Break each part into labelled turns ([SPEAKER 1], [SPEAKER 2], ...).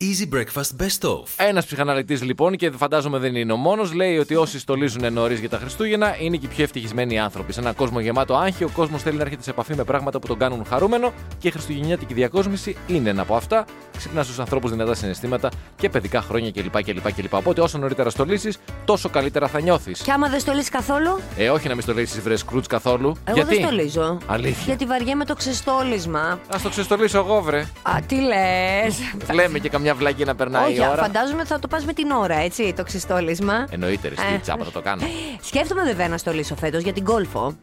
[SPEAKER 1] Easy Breakfast Best Of.
[SPEAKER 2] Ένας ψυχαναλυτής λοιπόν, και φαντάζομαι δεν είναι ο μόνος, λέει ότι όσοι στολίζουν νωρίς για τα Χριστούγεννα είναι και οι πιο ευτυχισμένοι άνθρωποι. Σε έναν κόσμο γεμάτο άγχη, ο κόσμος θέλει να έρχεται σε επαφή με πράγματα που τον κάνουν χαρούμενο και η χριστουγεννιάτικη διακόσμηση είναι ένα από αυτά. Ξυπνά στους ανθρώπους δυνατά συναισθήματα και παιδικά χρόνια κλπ. κλπ, κλπ. Οπότε όσο νωρίτερα στολίσει, τόσο καλύτερα θα νιώθεις.
[SPEAKER 3] Και άμα δεν στολίζεις καθόλου.
[SPEAKER 2] Ε, όχι να μην στολίσει βρε σκρούτ καθόλου.
[SPEAKER 3] Εγώ
[SPEAKER 2] Γιατί?
[SPEAKER 3] δεν στολίζω.
[SPEAKER 2] Αλήθεια.
[SPEAKER 3] Γιατί βαριέμαι το ξεστόλισμα.
[SPEAKER 2] Ας το ξεστολίσω εγώ, βρε.
[SPEAKER 3] Α, τι λες.
[SPEAKER 2] Λέμε και καμιά βλαγή να περνάει
[SPEAKER 3] Όχι,
[SPEAKER 2] η ώρα.
[SPEAKER 3] φαντάζομαι θα το πας με την ώρα, έτσι, το ξεστόλισμα.
[SPEAKER 2] Εννοείται, ρε,
[SPEAKER 3] Ε.
[SPEAKER 2] στην τσάπα θα το κάνω.
[SPEAKER 3] Σκέφτομαι βέβαια να στολίσω φέτος για την κόλφο.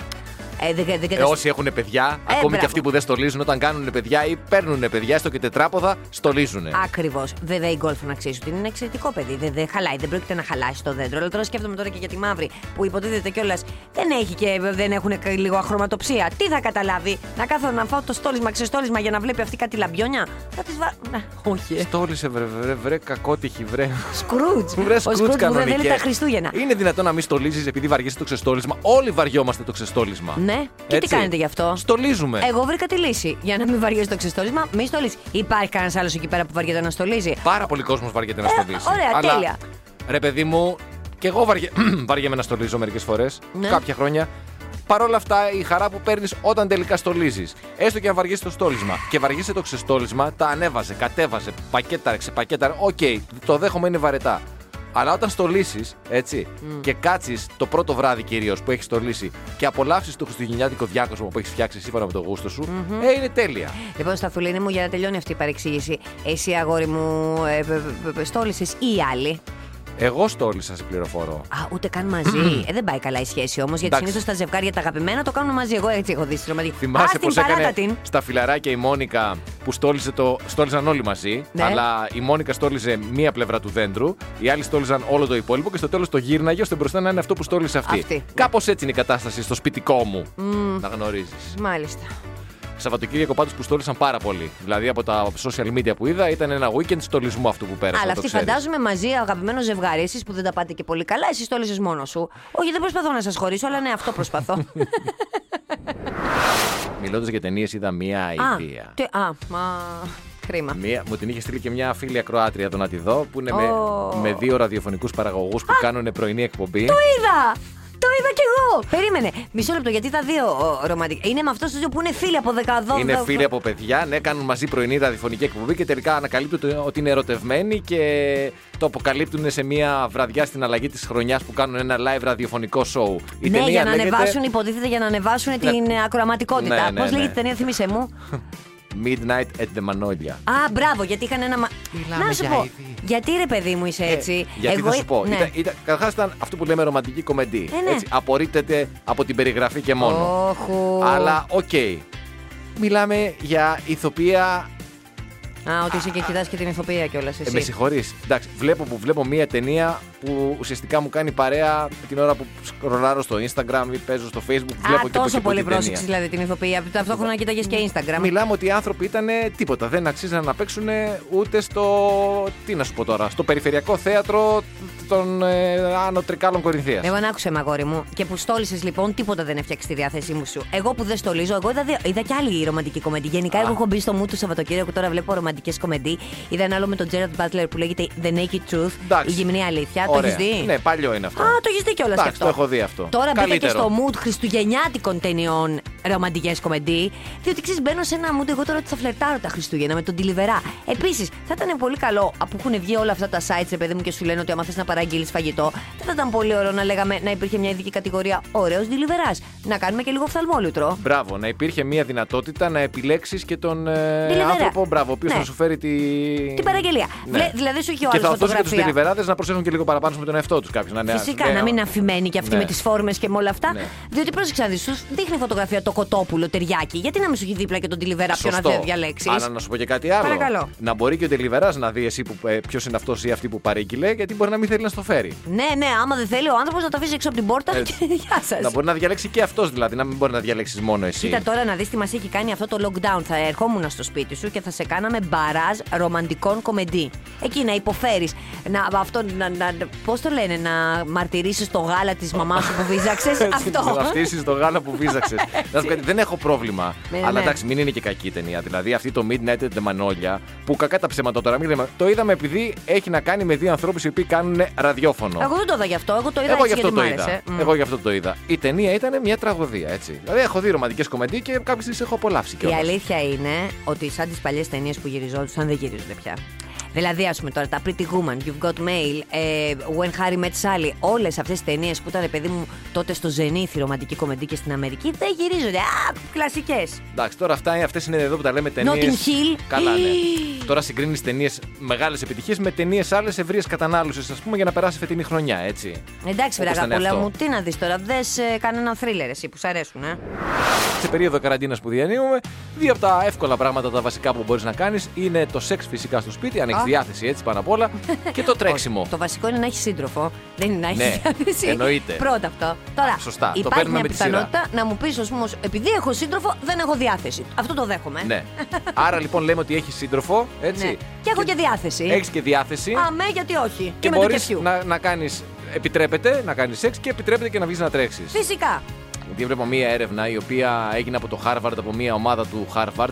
[SPEAKER 3] Ε, δεν, δεν,
[SPEAKER 2] Ε, όσοι έχουν παιδιά, ακόμη και
[SPEAKER 3] μπράβο.
[SPEAKER 2] αυτοί που δεν στολίζουν, όταν κάνουν παιδιά ή παίρνουν παιδιά, στο και τετράποδα, στολίζουν.
[SPEAKER 3] Ακριβώ. Βέβαια η γκολφ να ξέρεις ότι είναι ένα εξαιρετικό παιδί. Δεν, δεν χαλάει, δεν πρόκειται να χαλάσει το δέντρο. Αλλά τώρα σκέφτομαι τώρα και για τη μαύρη που υποτίθεται κιόλας δεν έχει και δεν έχουν και λίγο achromatοψία. Τι θα καταλάβει, να κάθω να φάω το στόλισμα, ξεστόλισμα για να βλέπει αυτή κάτι λαμπιόνια. Θα της βάλω. Όχι. ε.
[SPEAKER 2] Στόλισε, βρε, βρε, βρε, κακότυχη, βρε.
[SPEAKER 3] Σκρούτζ.
[SPEAKER 2] Βρε
[SPEAKER 3] Ο
[SPEAKER 2] σκούτς
[SPEAKER 3] Σκρούτζ που δεν θέλει
[SPEAKER 2] κανονικές.
[SPEAKER 3] τα Χριστούγεννα.
[SPEAKER 2] Είναι δυνατόν να μην στολίζεις επειδή βαριέσαι το ξεστόλισμα. Όλοι βαριόμαστε το ξεστόλισμα.
[SPEAKER 3] Ναι. Και τι
[SPEAKER 2] Έτσι.
[SPEAKER 3] κάνετε γι' αυτό.
[SPEAKER 2] Στολίζουμε.
[SPEAKER 3] Εγώ βρήκα τη λύση. Για να μην βαριέσαι το ξεστόλισμα, μην στολίζεις. Υπάρχει κανένας άλλος εκεί πέρα που βαριέται να στολίζει.
[SPEAKER 2] Πάρα πολλοί κόσμος βαριέται να
[SPEAKER 3] Ε,
[SPEAKER 2] στολίζει.
[SPEAKER 3] ωραία,
[SPEAKER 2] Αλλά,
[SPEAKER 3] τέλεια.
[SPEAKER 2] Ρε, παιδί μου, και εγώ βαριέ... βαριέμαι να στολίζω μερικές φορές.
[SPEAKER 3] Ναι.
[SPEAKER 2] Κάποια χρόνια. Παρ' όλα αυτά, η χαρά που παίρνεις όταν τελικά στολίζεις. Έστω και αν βαριέσαι το στόλισμα. Και βαριέσαι το ξεστόλισμα, τα ανέβαζε, κατέβαζε, πακέταρε, ξεπακέταρε. Οκ, το δέχομαι είναι βαρετά. Αλλά όταν στολίσεις, έτσι, και κάτσεις το πρώτο βράδυ κυρίως που έχεις στολίσει και απολαύσεις το χριστουγεννιάτικο διάκοσμο που έχεις φτιάξει σύμφωνα με το γούστο σου, ε, είναι τέλεια.
[SPEAKER 3] Λοιπόν, Σταφουλίνη μου, για να τελειώνει αυτή η παρεξήγηση. Εσύ, αγόρι μου, ε, στόλισες ή οι άλλοι.
[SPEAKER 2] Εγώ στόλισα, σε πληροφορώ.
[SPEAKER 3] Α, ούτε καν μαζί. ε, δεν πάει καλά η σχέση όμως, γιατί
[SPEAKER 2] Εντάξει.
[SPEAKER 3] συνήθως τα ζευγάρια τα αγαπημένα το κάνουν μαζί. Εγώ έτσι έχω δει στη Ρωματική.
[SPEAKER 2] Θυμάσαι
[SPEAKER 3] Α, την
[SPEAKER 2] πως έκανε
[SPEAKER 3] παράτα την.
[SPEAKER 2] στα φιλαράκια η Μόνικα που στόλιζε το. Στόλιζαν όλοι μαζί.
[SPEAKER 3] Ναι.
[SPEAKER 2] Αλλά η Μόνικα στόλιζε μία πλευρά του δέντρου, οι άλλοι στόλιζαν όλο το υπόλοιπο και στο τέλος το γύρναγε ώστε μπροστά να είναι αυτό που στόλισε αυτή.
[SPEAKER 3] Αυτή, ναι.
[SPEAKER 2] Κάπως έτσι είναι η κατάσταση στο σπιτικό μου. Να γνωρίζεις.
[SPEAKER 3] Μάλιστα.
[SPEAKER 2] Σαββατοκύριακο πάντως που στόλισαν πάρα πολύ. Δηλαδή από τα social media που είδα ήταν ένα weekend στολισμού αυτό που πέρασε.
[SPEAKER 3] Αλλά
[SPEAKER 2] να το
[SPEAKER 3] αυτοί
[SPEAKER 2] ξέρεις.
[SPEAKER 3] φαντάζομαι μαζί, αγαπημένος ζευγάρι, εσείς που δεν τα πάτε και πολύ καλά, εσύ στόλισες μόνος σου. Όχι, δεν προσπαθώ να σας χωρίσω, αλλά ναι, αυτό προσπαθώ.
[SPEAKER 2] Μιλώντας για ταινίες, είδα μία
[SPEAKER 3] α,
[SPEAKER 2] ιδέα.
[SPEAKER 3] τι, α, μα. Κρίμα.
[SPEAKER 2] Μία, μου την είχε στείλει και μια φίλη ακροάτρια εδώ να τη δω, που είναι
[SPEAKER 3] Ω.
[SPEAKER 2] με, με δύο ραδιοφωνικούς παραγωγούς που κάνουν πρωινή εκπομπή.
[SPEAKER 3] Το είδα! Το είδα κι εγώ! Περίμενε. Μισό λεπτό, γιατί τα δύο ρομαντικά. Είναι με αυτός το που είναι φίλοι από 12
[SPEAKER 2] Είναι φίλοι από παιδιά, ναι, κάνουν μαζί πρωινή ραδιοφωνική εκπομπή και τελικά ανακαλύπτουν ότι είναι ερωτευμένοι και το αποκαλύπτουν σε μια βραδιά στην αλλαγή της χρονιάς που κάνουν ένα live ραδιοφωνικό show. Η
[SPEAKER 3] ναι,
[SPEAKER 2] ταινία
[SPEAKER 3] για να
[SPEAKER 2] λέγεται
[SPEAKER 3] ανεβάσουν, υποτίθεται για να ανεβάσουν την ε, ακροαματικότητα.
[SPEAKER 2] Ναι, ναι,
[SPEAKER 3] Πώς
[SPEAKER 2] ναι.
[SPEAKER 3] λέγεται η ταινία, θύμισε μου.
[SPEAKER 2] Midnight at the Manolia.
[SPEAKER 3] Α, μπράβο, γιατί είχαν ένα. μα- να σου πω. Γιατί ρε, παιδί μου, είσαι Ε, έτσι.
[SPEAKER 2] Ε, Γιατί θα σου πω.
[SPEAKER 3] ναι.
[SPEAKER 2] Ήταν, ήταν, Καταρχάς ήταν αυτό που λέμε ρομαντική κομμεντή.
[SPEAKER 3] Ε, ναι.
[SPEAKER 2] Έτσι, απορρίπτεται από την περιγραφή και μόνο.
[SPEAKER 3] Όχου.
[SPEAKER 2] Αλλά οκ. Μιλάμε για ηθοποιία
[SPEAKER 3] Α, ότι είσαι και κοιτάς και την ηθοποιία κιόλας
[SPEAKER 2] Ε, με
[SPEAKER 3] εσύ.
[SPEAKER 2] συγχωρείς. Εντάξει, βλέπω που βλέπω μία ταινία που ουσιαστικά μου κάνει παρέα την ώρα που σκρολάρω στο Instagram ή παίζω στο Facebook. Βλέπω
[SPEAKER 3] Α,
[SPEAKER 2] και από εκεί
[SPEAKER 3] τόσο
[SPEAKER 2] από
[SPEAKER 3] πολύ
[SPEAKER 2] την
[SPEAKER 3] πρόσεξε
[SPEAKER 2] ταινία.
[SPEAKER 3] δηλαδή την ηθοποιία. Ταυτόχρονα κοίταγες και Instagram.
[SPEAKER 2] Μιλάμε ότι οι άνθρωποι ήταν τίποτα. Δεν αξίζαν να παίξουν ούτε στο. Τι να σου πω τώρα, στο περιφερειακό θέατρο των ε, Άνω Τρικάλων Κορινθίας.
[SPEAKER 3] Εγώ να άκουσε, μαγόρι μου. Και που στόλισες λοιπόν, τίποτα δεν έφτιαξε τη διάθεσή μου σου. Εγώ που δεν στολίζω, εγώ είδα, δύο- είδα και άλλη ρομαντική κομμεντή. Γενικά, εγώ έχω μπει στο μου του Σαββατοκύριακου, τώρα βλέπω ρομαντικές κομμεντή. Είδα ένα άλλο με τον Τζέραντ Μπάτλερ που λέγεται The Naked Truth.
[SPEAKER 2] Εντάξει.
[SPEAKER 3] Η γυμνή αλήθεια. Το
[SPEAKER 2] Ωραία.
[SPEAKER 3] έχει δει.
[SPEAKER 2] Ναι, παλιό είναι αυτό.
[SPEAKER 3] Α, το έχεις δει κιόλας
[SPEAKER 2] Εντάξει,
[SPEAKER 3] κι αυτό.
[SPEAKER 2] το έχω δει αυτό.
[SPEAKER 3] Τώρα μπήκα και
[SPEAKER 2] Καλύτερο.
[SPEAKER 3] στο mood χριστουγεννιάτικων ταινιών ρομαντικές κομμεντή. Διότι ξέρεις, μπαίνω σε ένα mood εγώ τώρα ότι θα φλερτάρω τα Χριστούγεννα με τον Τιλιβερά. Επίσης, θα ήταν πολύ καλό από που έχουν βγει όλα αυτά τα sites, ρε παιδί μου, και σου λένε ότι άμα θες να παραγγείλεις φαγητό, δεν θα ήταν πολύ ωραίο να λέγαμε να υπήρχε μια ειδική κατηγορία ωραίος Τιλιβερά. Να κάνουμε και λίγο φθαλμόλουτρο.
[SPEAKER 2] Μπράβο, να υπήρχε μία δυνατότητα να επιλέξεις και τον ε,
[SPEAKER 3] Delivery.
[SPEAKER 2] άνθρωπο, μπράβο, ο οποίος
[SPEAKER 3] Ναι.
[SPEAKER 2] θα σου φέρει τη...
[SPEAKER 3] Την παραγγελία.
[SPEAKER 2] Ναι.
[SPEAKER 3] Βλέ- δηλαδή σου είχε ο
[SPEAKER 2] Και
[SPEAKER 3] άλλος
[SPEAKER 2] θα οδηγούσε και τους
[SPEAKER 3] φωτογραφία.
[SPEAKER 2] τελιβεράδε να προσέχουν και λίγο παραπάνω με τον εαυτό τους κάποιους.
[SPEAKER 3] Φυσικά, να μην αφημένη και αυτή
[SPEAKER 2] Ναι.
[SPEAKER 3] με τις φόρμες και με όλα αυτά.
[SPEAKER 2] Ναι.
[SPEAKER 3] Διότι πρόσεξε να δεις, σου δείχνει φωτογραφία το κοτόπουλο, ταιριάκι. Γιατί να μην σου έχει δίπλα και τον τηλιβερά πιο να διαλέξει.
[SPEAKER 2] Αλλά να σου πω και κάτι άλλο.
[SPEAKER 3] Παρακαλώ.
[SPEAKER 2] Να μπορεί και ο τελιβερά να δει εσύ ποιος είναι αυτός ή αυτή που παρήγγειλε, γιατί μπορεί να μην θέλει να στο φέρει.
[SPEAKER 3] Ναι, ναι, άμα δεν θέλει ο άνθρωπος να το αφήσει έξω από την πόρτα
[SPEAKER 2] Έτσι.
[SPEAKER 3] και γεια σας.
[SPEAKER 2] Να μπορεί να διαλέξει και αυτός δηλαδή, να μην μπορεί να διαλέξεις μόνο εσύ.
[SPEAKER 3] Ε, Κοίτα τώρα να δεις τι μας έχει κάνει αυτό το lockdown. Θα ερχόμουν στο σπίτι σου και θα σε κάναμε μπαράζ ρομαντικών κομεντή. εκεί να υποφέρεις. Να, αυτό, να, να, πώς το λένε, να μαρτυρήσεις το γάλα της μαμάς σου που βίζαξες.
[SPEAKER 2] Να
[SPEAKER 3] αυτό.
[SPEAKER 2] φτύσεις το γάλα που βίζαξες. δεν έχω πρόβλημα.
[SPEAKER 3] Ναι, ναι.
[SPEAKER 2] αλλά εντάξει, μην είναι και κακή η ταινία. Δηλαδή αυτή το Midnight at the Manolia που κακά τα ψέματα τώρα. μην λέμε- Το είδαμε επειδή έχει να κάνει με δύο ανθρώπους οι οποίοι κάνουν ραδιόφωνο.
[SPEAKER 3] Εγώ δεν το είδα γι' αυτό. Εγώ το είδα
[SPEAKER 2] Εγώ γι'
[SPEAKER 3] έτσι
[SPEAKER 2] αυτό
[SPEAKER 3] γιατί
[SPEAKER 2] το
[SPEAKER 3] μ'
[SPEAKER 2] είδα.
[SPEAKER 3] άρεσε. Mm. Μμ.
[SPEAKER 2] Εγώ γι' αυτό το είδα. Η ταινία ήταν μια τραγωδία, έτσι. Δηλαδή, έχω δει ρομαντικές κομμεντί και κάποιες τις έχω απολαύσει
[SPEAKER 3] Η
[SPEAKER 2] κιόλας.
[SPEAKER 3] αλήθεια είναι ότι σαν τις παλιές ταινίες που γυριζόντουσαν δεν γυρίζονται πια. Δηλαδή, ας πούμε τώρα, τα Pretty Woman, You've Got Mail, ε, When Harry Met Sally, όλες αυτές τις ταινίες που ήταν παιδί μου τότε στο Zenith, η ρομαντική κομμεντή και στην Αμερική, δεν γυρίζονται. Α, κλασικές.
[SPEAKER 2] Εντάξει, τώρα αυτά, αυτές είναι εδώ που τα λέμε ταινίες.
[SPEAKER 3] Notting Hill.
[SPEAKER 2] Καλά, ναι.
[SPEAKER 3] Ή.
[SPEAKER 2] τώρα συγκρίνεις ταινίες μεγάλες επιτυχίες με ταινίες άλλες ευρείε κατανάλωσης, ας πούμε, για να περάσει φετινή χρονιά, έτσι.
[SPEAKER 3] Εντάξει, βρε
[SPEAKER 2] Όπως ήταν
[SPEAKER 3] αγαπούλα
[SPEAKER 2] αυτό.
[SPEAKER 3] μου, τι να δεις τώρα. Δες κανένα θρίλερ εσύ που σ' αρέσουν, ε.
[SPEAKER 2] Σε περίοδο καραντίνας που διανύουμε, δύο από τα εύκολα πράγματα, τα βασικά που μπορείς να κάνεις είναι το σεξ φυσικά στο σπίτι, αν έχεις
[SPEAKER 3] Α.
[SPEAKER 2] διάθεση έτσι πάνω απ' όλα, και το τρέξιμο.
[SPEAKER 3] Το βασικό είναι να έχεις σύντροφο. Δεν είναι να έχεις
[SPEAKER 2] Ναι,
[SPEAKER 3] διάθεση.
[SPEAKER 2] εννοείται.
[SPEAKER 3] Πρώτα αυτό. Τώρα,
[SPEAKER 2] Σωστά, το
[SPEAKER 3] υπάρχει
[SPEAKER 2] παίρνουμε με
[SPEAKER 3] μια
[SPEAKER 2] τη σειρά.
[SPEAKER 3] πιθανότητα να μου πεις, ας πούμε, επειδή έχω σύντροφο, δεν έχω διάθεση. Αυτό το δέχομαι.
[SPEAKER 2] ναι. Άρα λοιπόν λέμε ότι έχεις σύντροφο, έτσι.
[SPEAKER 3] ε. Ναι. Και έχω και διάθεση.
[SPEAKER 2] Έχεις και διάθεση.
[SPEAKER 3] Αμέ, γιατί όχι. Και,
[SPEAKER 2] και
[SPEAKER 3] με το
[SPEAKER 2] μπορείς
[SPEAKER 3] κεφιού.
[SPEAKER 2] να, να κάνεις. Επιτρέπεται να κάνεις σεξ και επιτρέπεται και να βγεις να τρέξεις.
[SPEAKER 3] Φυσικά.
[SPEAKER 2] Γιατί έβλεπα μία έρευνα η οποία έγινε από το Harvard, από μία ομάδα του Harvard,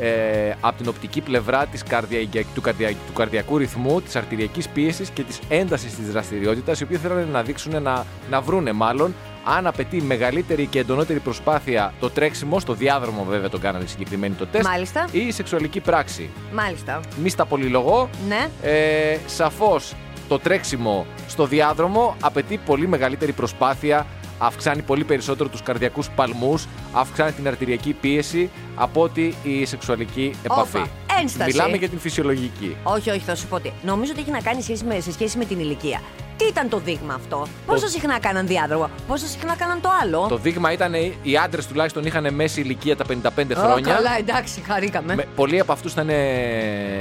[SPEAKER 2] ε, από την οπτική πλευρά της καρδια, του, καρδια, του καρδιακού ρυθμού, της αρτηριακής πίεσης και της έντασης της δραστηριότητας, οι οποίοι θέλανε να δείξουν, να, να βρούνε μάλλον, αν απαιτεί μεγαλύτερη και εντονότερη προσπάθεια το τρέξιμο, στο διάδρομο βέβαια τον κάνανε συγκεκριμένοι το τεστ,
[SPEAKER 3] Μάλιστα.
[SPEAKER 2] ή η σεξουαλική πράξη.
[SPEAKER 3] Μάλιστα.
[SPEAKER 2] Μη στα πολυλογώ,
[SPEAKER 3] Ναι.
[SPEAKER 2] ε, σαφώς το τρέξιμο στο διάδρομο απαιτεί πολύ μεγαλύτερη προσπάθεια, αυξάνει πολύ περισσότερο τους καρδιακούς παλμούς, αυξάνει την αρτηριακή πίεση από ότι η σεξουαλική επαφή.
[SPEAKER 3] Όπα, ένσταση.
[SPEAKER 2] Μιλάμε για την φυσιολογική.
[SPEAKER 3] Όχι, όχι, θα σου πω τι. Νομίζω ότι έχει να κάνει σχέση με, σε σχέση με την ηλικία. Τι ήταν το δείγμα αυτό. Πόσο συχνά κάναν διάδρομο, πόσο συχνά κάναν το άλλο.
[SPEAKER 2] Το δείγμα ήταν οι άντρες τουλάχιστον είχαν μέση ηλικία τα 55
[SPEAKER 3] Ω,
[SPEAKER 2] χρόνια.
[SPEAKER 3] καλά, εντάξει, χαρήκαμε.
[SPEAKER 2] Με- πολλοί από αυτούς ήταν ε,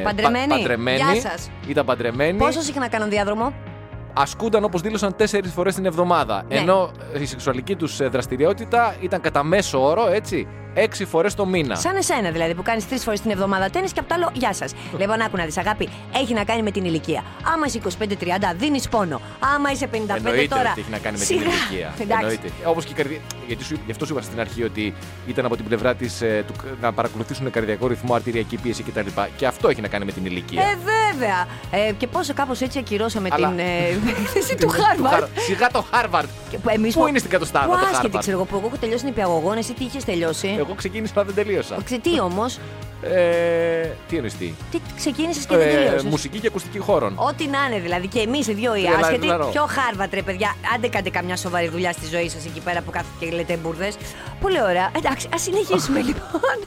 [SPEAKER 2] πα-
[SPEAKER 3] Παντρεμένοι.
[SPEAKER 2] παντρεμένοι.
[SPEAKER 3] Γεια σας.
[SPEAKER 2] Ήταν παντρεμένοι.
[SPEAKER 3] Πόσο συχνά κάναν διάδρομο.
[SPEAKER 2] ασκούνταν όπως δήλωσαν τέσσερις φορές την εβδομάδα.
[SPEAKER 3] Ναι.
[SPEAKER 2] Ενώ η σεξουαλική τους δραστηριότητα ήταν κατά μέσο όρο, έτσι, έξι φορές το μήνα.
[SPEAKER 3] Σαν εσένα δηλαδή που κάνεις τρεις φορές την εβδομάδα τέννη και απ' το άλλο γεια σας. λοιπόν, άκου να δεις, αγάπη, έχει να κάνει με την ηλικία. Άμα είσαι 25-30, δίνεις πόνο. Άμα είσαι 55
[SPEAKER 2] Εννοείται
[SPEAKER 3] τώρα.
[SPEAKER 2] ότι έχει να κάνει με
[SPEAKER 3] σιγά.
[SPEAKER 2] την ηλικία.
[SPEAKER 3] Εντάξει.
[SPEAKER 2] Εννοείται. Όπως και η καρδιά. Γιατί σου, γι' αυτό σου είπα στην αρχή ότι ήταν από την πλευρά της, ε, του να παρακολουθήσουν καρδιακό ρυθμό, αρτηριακή πίεση κτλ. Και αυτό έχει να κάνει με την ηλικία.
[SPEAKER 3] Ε, βέβαια. Ε, και πόσο κάπως έτσι ακυρώσαμε
[SPEAKER 2] Αλλά-
[SPEAKER 3] την ε, έκθεση του
[SPEAKER 2] Του
[SPEAKER 3] Χάρβαρτ.
[SPEAKER 2] Χάρ- Σιγά το Χάρβαρτ. Πού είναι στην κατοστάδα
[SPEAKER 3] Που
[SPEAKER 2] το
[SPEAKER 3] άσχετη,
[SPEAKER 2] Harvard?
[SPEAKER 3] ξέρω εγώ, που εγώ έχω τελειώσει νηπιαγωγόν, εσύ τι είχες τελειώσει.
[SPEAKER 2] Εγώ ξεκίνησα, αλλά δεν τελείωσα.
[SPEAKER 3] Ξε- Τι όμως,
[SPEAKER 2] Ε, τι εννοείς τι.
[SPEAKER 3] τι ξεκίνησες και δεν
[SPEAKER 2] Ε,
[SPEAKER 3] τελείωσες.
[SPEAKER 2] μουσική και ακουστική χώρων.
[SPEAKER 3] Ό,τι να είναι δηλαδή. Και εμείς οι δύο οι
[SPEAKER 2] Τρελα-
[SPEAKER 3] άσχετοι.
[SPEAKER 2] τρελαρό.
[SPEAKER 3] Πιο χάρβα τρε, παιδιά. Άντε κάντε καμιά σοβαρή δουλειά στη ζωή σας εκεί πέρα που κάθετε και λέτε μπουρδες. Πολύ ωραία. Εντάξει, ας συνεχίσουμε λοιπόν.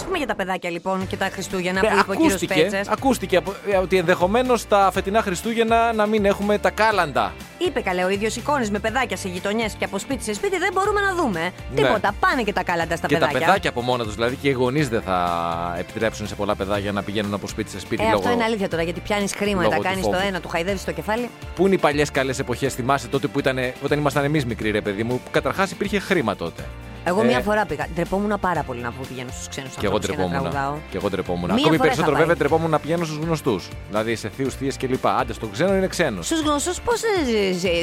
[SPEAKER 3] α πούμε για τα παιδάκια λοιπόν και τα Χριστούγεννα που
[SPEAKER 2] Ναι,
[SPEAKER 3] είπε ο κύριος Πέτσες.
[SPEAKER 2] ακούστηκε από- ε, ότι ενδεχομένως τα φετινά Χριστούγεννα να μην έχουμε τα κάλαντα.
[SPEAKER 3] Είπε καλέ ο ίδιος εικόνες με παιδάκια σε γειτονιές και από σπίτι σε σπίτι δεν μπορούμε να δούμε. Τίποτα. Πάνε και τα κάλαντα στα
[SPEAKER 2] Ναι. και
[SPEAKER 3] παιδάκια.
[SPEAKER 2] τα παιδάκια από μόνα τους, δηλαδή και οι γονείς δεν θα επιτρέψουν σε πολλά παιδάκια να πηγαίνουν από σπίτι σε σπίτι
[SPEAKER 3] Ε,
[SPEAKER 2] λόγω.
[SPEAKER 3] αυτό είναι αλήθεια τώρα γιατί πιάνεις χρήματα,
[SPEAKER 2] λόγω του
[SPEAKER 3] κάνεις το
[SPEAKER 2] φόβου.
[SPEAKER 3] ένα, του χαϊδεύει το κεφάλι.
[SPEAKER 2] Πού είναι οι παλιές καλές εποχές, θυμάσαι τότε που ήταν, όταν ήμασταν εμείς μικροί, ρε παιδί μου, που καταρχάς υπήρχε χρήμα τότε.
[SPEAKER 3] Εγώ
[SPEAKER 2] Ε,
[SPEAKER 3] μία φορά πήγα. Ντρεπόμουν πάρα πολύ να πω πηγαίνω στους ξένους
[SPEAKER 2] Και εγώ
[SPEAKER 3] ανθρώπου και, να
[SPEAKER 2] τρεπόμουν.
[SPEAKER 3] τραγουδάω.
[SPEAKER 2] Και εγώ τρεπόμουν.
[SPEAKER 3] Μία
[SPEAKER 2] Ακόμη
[SPEAKER 3] φορά είχα
[SPEAKER 2] περισσότερο
[SPEAKER 3] πάει.
[SPEAKER 2] βέβαια τρεπόμουν να πηγαίνω στους γνωστούς. Δηλαδή σε θείου, θείες κλπ. Άντε στον ξένο είναι ξένος.
[SPEAKER 3] Στους γνωστούς, πώς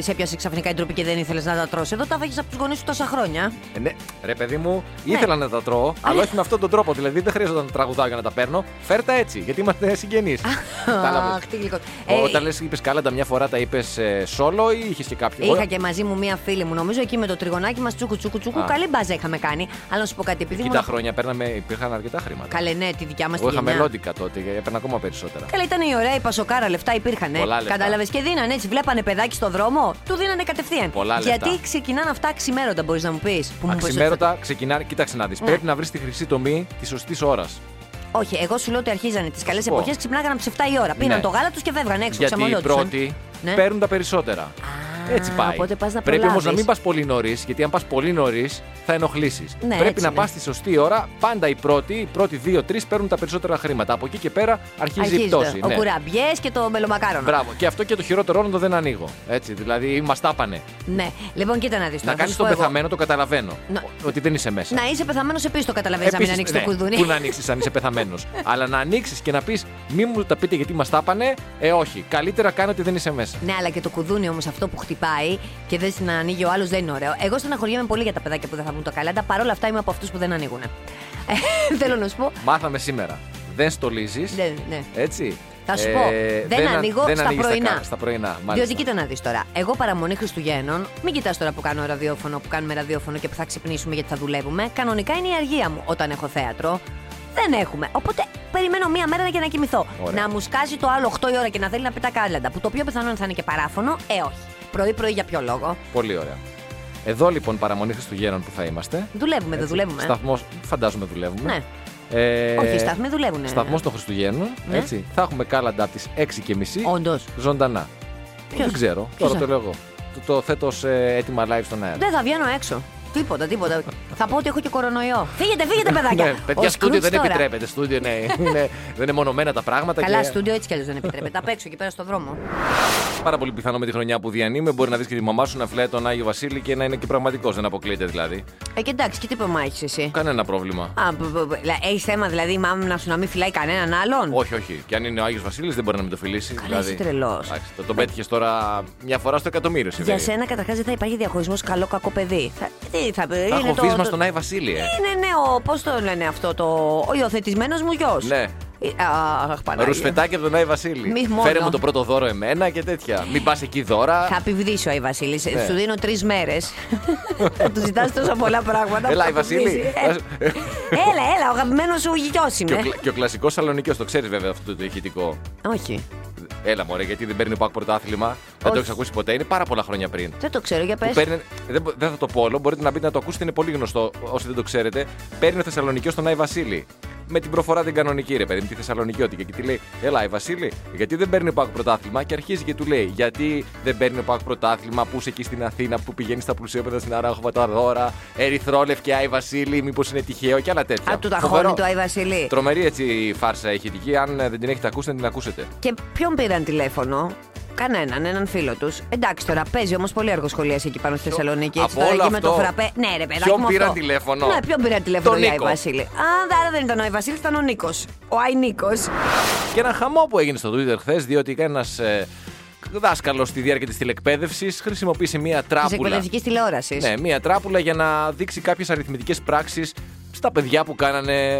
[SPEAKER 3] σε έπιασε ξαφνικά η ντροπή και δεν ήθελες να τα τρώσει. Εδώ τα έφαγε από τους γονείς σου τόσα χρόνια.
[SPEAKER 2] Ε, ναι, ρε παιδί μου,
[SPEAKER 3] Ναι.
[SPEAKER 2] ήθελα να τα τρώω, αλλά όχι με αυτόν τον τρόπο. Δηλαδή δεν χρειαζόταν να τραγουδάω για να τα παίρνω. Φέρτα έτσι, γιατί είμαστε συγγενείς.
[SPEAKER 3] Αχ, τι γλυκό. Ε,
[SPEAKER 2] Όταν λες, είπες κάλαντα μια φορά, τα είπες σόλο ή είχες και κάποιο.
[SPEAKER 3] Είχα και μαζί μου μία φίλη μου, νομίζω εκεί με το τριγωνάκι μας τσούκου τσούκου τσούκου.
[SPEAKER 2] Α.
[SPEAKER 3] Καλή μπάζα είχαμε κάνει. Αλλά να σου πω κάτι, επειδή
[SPEAKER 2] Εκεί
[SPEAKER 3] μου.
[SPEAKER 2] τα χρόνια παίρναμε, υπήρχαν αρκετά χρήματα.
[SPEAKER 3] Καλέ, ναι, τη δικιά μας τη
[SPEAKER 2] Εγώ είχα
[SPEAKER 3] γενιά.
[SPEAKER 2] μελόντικα τότε και έπαιρνα ακόμα περισσότερα.
[SPEAKER 3] Καλά, ήταν η ωραία, η πασοκάρα λεφτά υπήρχαν.
[SPEAKER 2] Πολλά λεφτά.
[SPEAKER 3] Κατάλαβες και δίνανε έτσι. Βλέπανε παιδάκι στο δρόμο, του δίνανε κατευθείαν.
[SPEAKER 2] Πολλά λεφτά.
[SPEAKER 3] Γιατί ξεκινάνε αυτά ξημέρωτα, μπορείς να μου πεις.
[SPEAKER 2] Αξιμέρωτα ξεκινάνε, κοίταξε να δεις.
[SPEAKER 3] Ναι.
[SPEAKER 2] Πρέπει να βρεις τη χρυσή τομή της σωστής ώρας.
[SPEAKER 3] Όχι, εγώ σου λέω ότι αρχίζανε τις καλέ
[SPEAKER 2] σου πω.
[SPEAKER 3] εποχές, ξυπνάγανε από τις 7 η ώρα. Πίναν
[SPEAKER 2] Ναι.
[SPEAKER 3] το γάλα τους και φεύγαν έξω.
[SPEAKER 2] Γιατί οι
[SPEAKER 3] ξαμολιόντουσαν.
[SPEAKER 2] πρώτοι
[SPEAKER 3] Ναι.
[SPEAKER 2] παίρνουν τα περισσότερα.
[SPEAKER 3] Α,
[SPEAKER 2] Έτσι πάει.
[SPEAKER 3] Οπότε πας να
[SPEAKER 2] Πρέπει όμως να μην
[SPEAKER 3] προλάβεις.
[SPEAKER 2] πας πολύ νωρίς, γιατί αν πας πολύ νωρίς θα ενοχλήσεις.
[SPEAKER 3] Ναι,
[SPEAKER 2] Πρέπει
[SPEAKER 3] έτσι
[SPEAKER 2] να
[SPEAKER 3] είναι.
[SPEAKER 2] πας στη σωστή ώρα. Πάντα οι πρώτοι, οι πρώτοι δύο-τρει παίρνουν τα περισσότερα χρήματα. Από εκεί και πέρα αρχίζει η
[SPEAKER 3] Αρχίζει το-
[SPEAKER 2] πτώση. Ναι.
[SPEAKER 3] Ο κουραμπιές και το μελομακάρονο.
[SPEAKER 2] Μπράβο. Και αυτό και το χειρότερο όλων το δεν ανοίγω. Έτσι, δηλαδή μας τάπανε.
[SPEAKER 3] Ναι. Λοιπόν, κοίτα να δεις.
[SPEAKER 2] Να κάνει τον πεθαμένο, το καταλαβαίνω.
[SPEAKER 3] Να-
[SPEAKER 2] Ότι δεν είσαι μέσα.
[SPEAKER 3] Να είσαι πεθαμένος επίσης το καταλαβαίνεις να μην ανοίξεις το
[SPEAKER 2] ναι,
[SPEAKER 3] κουδούνι.
[SPEAKER 2] Πού να ανοίξεις αν είσαι πεθαμένος. Αλλά να ανοίξεις και να πεις μη μου τα πείτε γιατί μας τάπανε. Ε, όχι. Καλύτερα κάνω ότι δεν είσαι μέσα.
[SPEAKER 3] Ναι, αλλά και το κουδούνι όμως αυτό που χτυπάει και δεν να ανοίγει ο άλλος δεν είναι ωραίο. Εγώ στεναχωριέμαι πολύ για τα παιδάκια που δεν θα βγουν το καλάντα. Παρ' όλα αυτά είμαι από αυτούς που δεν ανοίγουν. Θέλω να σου πω.
[SPEAKER 2] Μάθαμε σήμερα. Δεν στολίζεις.
[SPEAKER 3] Ναι, ναι.
[SPEAKER 2] Έτσι. Ε,
[SPEAKER 3] Θα σου πω, δεν
[SPEAKER 2] α-
[SPEAKER 3] ανοίγω στα
[SPEAKER 2] ανοίγεις
[SPEAKER 3] πρωινά.
[SPEAKER 2] κα- Στα πρωινά, μάλιστα.
[SPEAKER 3] Διότι κοίτα να δεις τώρα. Εγώ παραμονή Χριστουγέννων, μην κοιτάς τώρα που κάνω ραδιόφωνο, που κάνουμε ραδιόφωνο και που θα ξυπνήσουμε γιατί θα δουλεύουμε. Κανονικά είναι η αργία μου όταν έχω θέατρο. Δεν έχουμε. Οπότε περιμένω μία μέρα για να κοιμηθώ.
[SPEAKER 2] Ωραία.
[SPEAKER 3] Να μου σκάζει το άλλο 8 η ώρα και να θέλει να πει τα κάλαντα. Που το πιο πιθανό είναι θα είναι και παράφωνο. Ε, όχι. Πρωί-πρωί για ποιο λόγο.
[SPEAKER 2] Πολύ ωραία. Εδώ λοιπόν παραμονή Χριστουγέννων που θα είμαστε.
[SPEAKER 3] Δουλεύουμε, δεν δουλεύουμε. ε.
[SPEAKER 2] Σταθμός, φαντάζομαι δουλεύουμε. Ναι.
[SPEAKER 3] Όχι, οι σταθμοί δουλεύουν.
[SPEAKER 2] Σταθμός των Χριστουγέννων.
[SPEAKER 3] Ναι.
[SPEAKER 2] Έτσι. Θα έχουμε κάλαντα από τι 6.30
[SPEAKER 3] Όντως.
[SPEAKER 2] ζωντανά.
[SPEAKER 3] Ποιος?
[SPEAKER 2] Δεν ξέρω.
[SPEAKER 3] Ποιος Ναι,
[SPEAKER 2] Τώρα
[SPEAKER 3] θα-
[SPEAKER 2] το λέω εγώ. Το, το θέτω σε έτοιμα live στον αέρα.
[SPEAKER 3] Δεν θα βγαίνω έξω. Τίποτα, τίποτα. θα πω ότι έχω και κορονοϊό. Φύγετε, φύγετε, παιδάκια.
[SPEAKER 2] Ναι, παιδιά,
[SPEAKER 3] Ο
[SPEAKER 2] στούντιο δεν
[SPEAKER 3] Scrooge τώρα-
[SPEAKER 2] επιτρέπεται. Στούντιο ναι, είναι, δεν είναι μονομένα τα πράγματα.
[SPEAKER 3] Καλά,
[SPEAKER 2] και...
[SPEAKER 3] στούντιο έτσι κι αλλιώς δεν επιτρέπεται. Απ' έξω εκεί πέρα στον δρόμο.
[SPEAKER 2] Πάρα πολύ πιθανό με τη χρονιά που διανύουμε μπορεί να δεις και τη μαμά σου να φυλάει τον Άγιο Βασίλη και να είναι και πραγματικός. Δεν αποκλείεται δηλαδή.
[SPEAKER 3] Ε, και εντάξει, και τι πεμά έχεις εσύ.
[SPEAKER 2] Κανένα πρόβλημα.
[SPEAKER 3] Α, π- π- π- λα- έχεις θέμα δηλαδή η μάμα να σου να μην φυλάει κανέναν άλλον.
[SPEAKER 2] Όχι, όχι. Και αν είναι ο Άγιος Βασίλης, δεν μπορεί να μην το φιλήσει. δηλαδή.
[SPEAKER 3] Καλά, είσαι τρελός.
[SPEAKER 2] Εντάξει, το, το πέτυχες τώρα μια φορά στο εκατομμύριο.
[SPEAKER 3] Για
[SPEAKER 2] συμβαίνει.
[SPEAKER 3] σένα καταρχάς δεν θα υπάρχει διαχωρισμός καλό-κακό παιδί. Θα, τι θα πει,
[SPEAKER 2] Θα
[SPEAKER 3] είναι
[SPEAKER 2] έχω βίσμα στον
[SPEAKER 3] το...
[SPEAKER 2] Άγιο Βασίλη, ε.
[SPEAKER 3] Είναι ναι, ο, πώς το λένε αυτό, το, ο υιοθετημένος μου γιος.
[SPEAKER 2] Ναι.
[SPEAKER 3] Αχ, Παναγία.
[SPEAKER 2] Ρουσφετάκι από τον Άγιο Βασίλη.
[SPEAKER 3] Μη μόνο.
[SPEAKER 2] Φέρε μου το πρώτο δώρο εμένα και τέτοια. Μην πας εκεί δώρα.
[SPEAKER 3] Θα πηδήσει ο Άι Βασίλη.
[SPEAKER 2] Ναι.
[SPEAKER 3] Σου δίνω τρεις μέρες. θα του ζητάς τόσα πολλά πράγματα.
[SPEAKER 2] Έλα,
[SPEAKER 3] θα
[SPEAKER 2] Άι Βασίλη.
[SPEAKER 3] πηδήσεις. Ε, έλα, έλα, ο αγαπημένος σου γιος
[SPEAKER 2] Και ο,
[SPEAKER 3] είναι.
[SPEAKER 2] κλα- και ο κλασικός Σαλονικιός, το ξέρεις βέβαια αυτό το ηχητικό.
[SPEAKER 3] Όχι.
[SPEAKER 2] Έλα, μωρέ, γιατί δεν παίρνει ο Πάκ πρωτάθλημα. Δεν το
[SPEAKER 3] Όχι.
[SPEAKER 2] έχεις ακούσει ποτέ. Είναι πάρα πολλά χρόνια πριν.
[SPEAKER 3] Δεν το ξέρω, για
[SPEAKER 2] Που
[SPEAKER 3] πες.
[SPEAKER 2] παίρνει, δεν, μπο- δεν θα το πω όλο, μπορείτε να μπείτε να το ακούσετε, είναι πολύ γνωστό όσοι δεν το ξέρετε. Παίρνει ο Θεσσαλονικιός τον Άι Βασίλη. Με την προφορά την κανονική, ρε παιδί, με τη Θεσσαλονικιώτικη. Και τη λέει: Ελά, Άι Βασίλη, γιατί δεν παίρνει ο Πάκ πρωτάθλημα. Και αρχίζει και του λέει: Γιατί δεν παίρνει ο Πάκ πρωτάθλημα, που είσαι εκεί στην Αθήνα, που πηγαίνεις στα πλουσιόπεδα στην Αράχοβα τα δώρα, Ερυθρόλευκη Άι Βασίλη, μήπως είναι τυχαίο και άλλα τέτοια.
[SPEAKER 3] Από το
[SPEAKER 2] Φοβερό.
[SPEAKER 3] ταχώνει του Άι Βασίλη.
[SPEAKER 2] Τρομερή έτσι φάρσα ηχητική. Αν ε, δεν την έχετε ακούσει, να την ακούσετε.
[SPEAKER 3] Και ποιον πήραν τηλέφωνο. Κανέναν, έναν φίλο τους. Εντάξει τώρα, παίζει όμως πολύ αργοσχολία εκεί πάνω στη Θεσσαλονίκη. Έτσι,
[SPEAKER 2] Από
[SPEAKER 3] τώρα
[SPEAKER 2] όλο
[SPEAKER 3] εκεί με το
[SPEAKER 2] αυτό,
[SPEAKER 3] φραπέ. Ναι, ρε παιδάκι.
[SPEAKER 2] ποιον
[SPEAKER 3] μου,
[SPEAKER 2] πήραν
[SPEAKER 3] αυτό.
[SPEAKER 2] τηλέφωνο?
[SPEAKER 3] Ναι, ποιον πήραν τηλέφωνο
[SPEAKER 2] Τον
[SPEAKER 3] για Άι
[SPEAKER 2] Νίκο.
[SPEAKER 3] Βασίλη. Α, άρα δεν ήταν ο Άι Βασίλης, ήταν ο Νίκος. Ο Άι Νίκος.
[SPEAKER 2] Και ένα χαμό που έγινε στο Twitter χθες, διότι ένα ε, δάσκαλος στη διάρκεια της τηλεκπαίδευσης χρησιμοποίησε μία
[SPEAKER 3] Της
[SPEAKER 2] τράπουλα.
[SPEAKER 3] εκπαιδευτικής τηλεόρασης.
[SPEAKER 2] Ναι, μία τράπουλα για να δείξει κάποιες αριθμητικές πράξεις στα παιδιά που κάνανε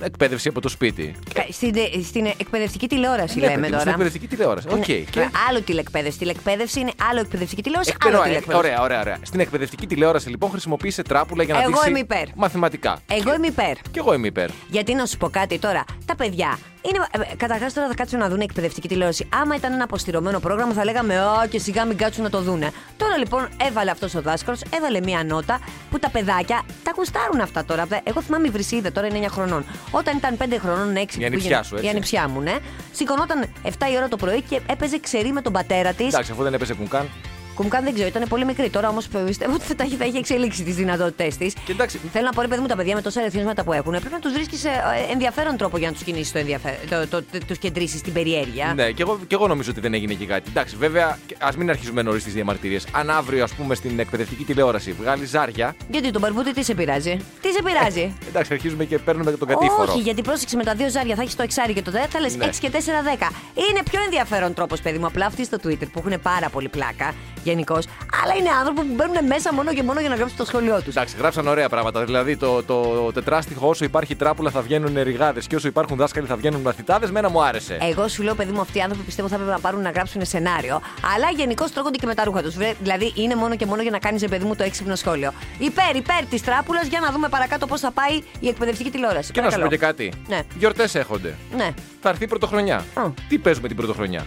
[SPEAKER 2] εκπαίδευση από το σπίτι.
[SPEAKER 3] Στην, ε, στην εκπαιδευτική τηλεόραση
[SPEAKER 2] Ναι,
[SPEAKER 3] λέμε
[SPEAKER 2] παιδί μου,
[SPEAKER 3] τώρα.
[SPEAKER 2] Στην εκπαιδευτική τηλεόραση. Οκ.
[SPEAKER 3] Ναι.
[SPEAKER 2] Και...
[SPEAKER 3] Άλλο τηλεκπαίδευση. Τηλεκπαίδευση είναι άλλο εκπαιδευτική τηλεόραση,
[SPEAKER 2] Εκπαιδευτική
[SPEAKER 3] άλλο
[SPEAKER 2] τηλεόραση. Ωραία,
[SPEAKER 3] τηλεκπαίδευση.
[SPEAKER 2] ωραία, ωραία. Στην εκπαιδευτική τηλεόραση λοιπόν χρησιμοποίησε τράπουλα για να
[SPEAKER 3] Εγώ
[SPEAKER 2] δείξεις
[SPEAKER 3] είμαι υπέρ.
[SPEAKER 2] μαθηματικά.
[SPEAKER 3] Εγώ είμαι υπέρ.
[SPEAKER 2] Και εγώ είμαι υπέρ.
[SPEAKER 3] Γιατί να σου πω κάτι τώρα, τα παιδιά. Είναι, καταρχάς τώρα θα κάτσουν να δουν εκπαιδευτική τηλεόραση. Άμα ήταν ένα αποστηρωμένο πρόγραμμα, θα λέγαμε Ω και σιγά μην κάτσουν να το δούνε. Τώρα λοιπόν έβαλε αυτός ο δάσκαλος, έβαλε μία νότα που τα παιδάκια τα γουστάρουν αυτά τώρα. Εγώ θυμάμαι η Βρυσίδα, τώρα είναι 9 χρονών. Όταν ήταν 5 χρονών, 6
[SPEAKER 2] Η
[SPEAKER 3] που
[SPEAKER 2] ανιψιά
[SPEAKER 3] πήγαινε-
[SPEAKER 2] σου, έτσι.
[SPEAKER 3] Η ανιψιά μου, ναι. Σηκωνόταν 7 η ώρα το πρωί και έπαιζε ξερή με τον πατέρα της.
[SPEAKER 2] Εντάξει, αφού δεν έπεσε κουνκάν.
[SPEAKER 3] Κουμκάν δεν ξέρω, ήταν πολύ μικρή. Τώρα όμως πιστεύω ότι θα, τα έχει- θα έχει εξελίξει τις δυνατότητές της.
[SPEAKER 2] Και εντάξει.
[SPEAKER 3] Θέλω να πω, ρε παιδί μου, τα παιδιά με τόσα ρεθίσματα που έχουν, πρέπει να τους βρίσκεις σε ε, ενδιαφέρον τρόπο για να τους κινήσεις το ενδιαφέρον. Το, το, το, τους κεντρήσεις στην περιέργεια.
[SPEAKER 2] Ναι, και εγώ, και εγώ νομίζω ότι δεν έγινε και κάτι. Εντάξει, βέβαια, ας μην αρχίζουμε νωρίς τις διαμαρτυρίες. Αν αύριο, ας πούμε, στην εκπαιδευτική τηλεόραση βγάλει ζάρια.
[SPEAKER 3] Γιατί τον Μπαρμπούτη τι σε πειράζει. Τι σε πειράζει.
[SPEAKER 2] Εντάξει, αρχίζουμε και παίρνουμε τον κατήφορο.
[SPEAKER 3] Όχι, γιατί πρόσεξε με τα δύο ζάρια θα έχεις το εξάρι και το δε, θα λες
[SPEAKER 2] Ναι.
[SPEAKER 3] 6 και 4, 10. Είναι πιο ενδιαφέρον τρόπος, παιδί μου. Απλά αυτοί στο Twitter που έχουν πάρα πολύ πλάκα γενικώς. Αλλά είναι άνθρωποι που μπαίνουν μέσα μόνο και μόνο για να γράψουν το σχόλιο τους.
[SPEAKER 2] Εντάξει, γράψαν ωραία πράγματα. Δηλαδή, το, το τετράστιχο όσο υπάρχει τράπουλα θα βγαίνουν ρηγάδες και όσο υπάρχουν δάσκαλοι θα βγαίνουν μαθητάδες. Μένα μου άρεσε.
[SPEAKER 3] Εγώ σου λέω, παιδί μου, αυτοί οι άνθρωποι πιστεύω θα έπρεπε να πάρουν να γράψουν σενάριο. Αλλά γενικώς τρώγονται και με τα ρούχα τους. Δηλαδή είναι μόνο και μόνο για να κάνεις, παιδί μου, το έξυπνο σχόλιο. Υπέρ, υπέρ της τράπουλας για να δούμε παρακάτω πώς θα πάει η εκπαιδευτική τηλεόραση.
[SPEAKER 2] και να σου πω
[SPEAKER 3] Παρακαλώ.
[SPEAKER 2] και κάτι.
[SPEAKER 3] Ναι.
[SPEAKER 2] Γιορτές έχονται.
[SPEAKER 3] Ναι.
[SPEAKER 2] Θα έρθει η πρωτοχρονιά.
[SPEAKER 3] Α.
[SPEAKER 2] Τι παίζουμε την πρωτοχρονιά.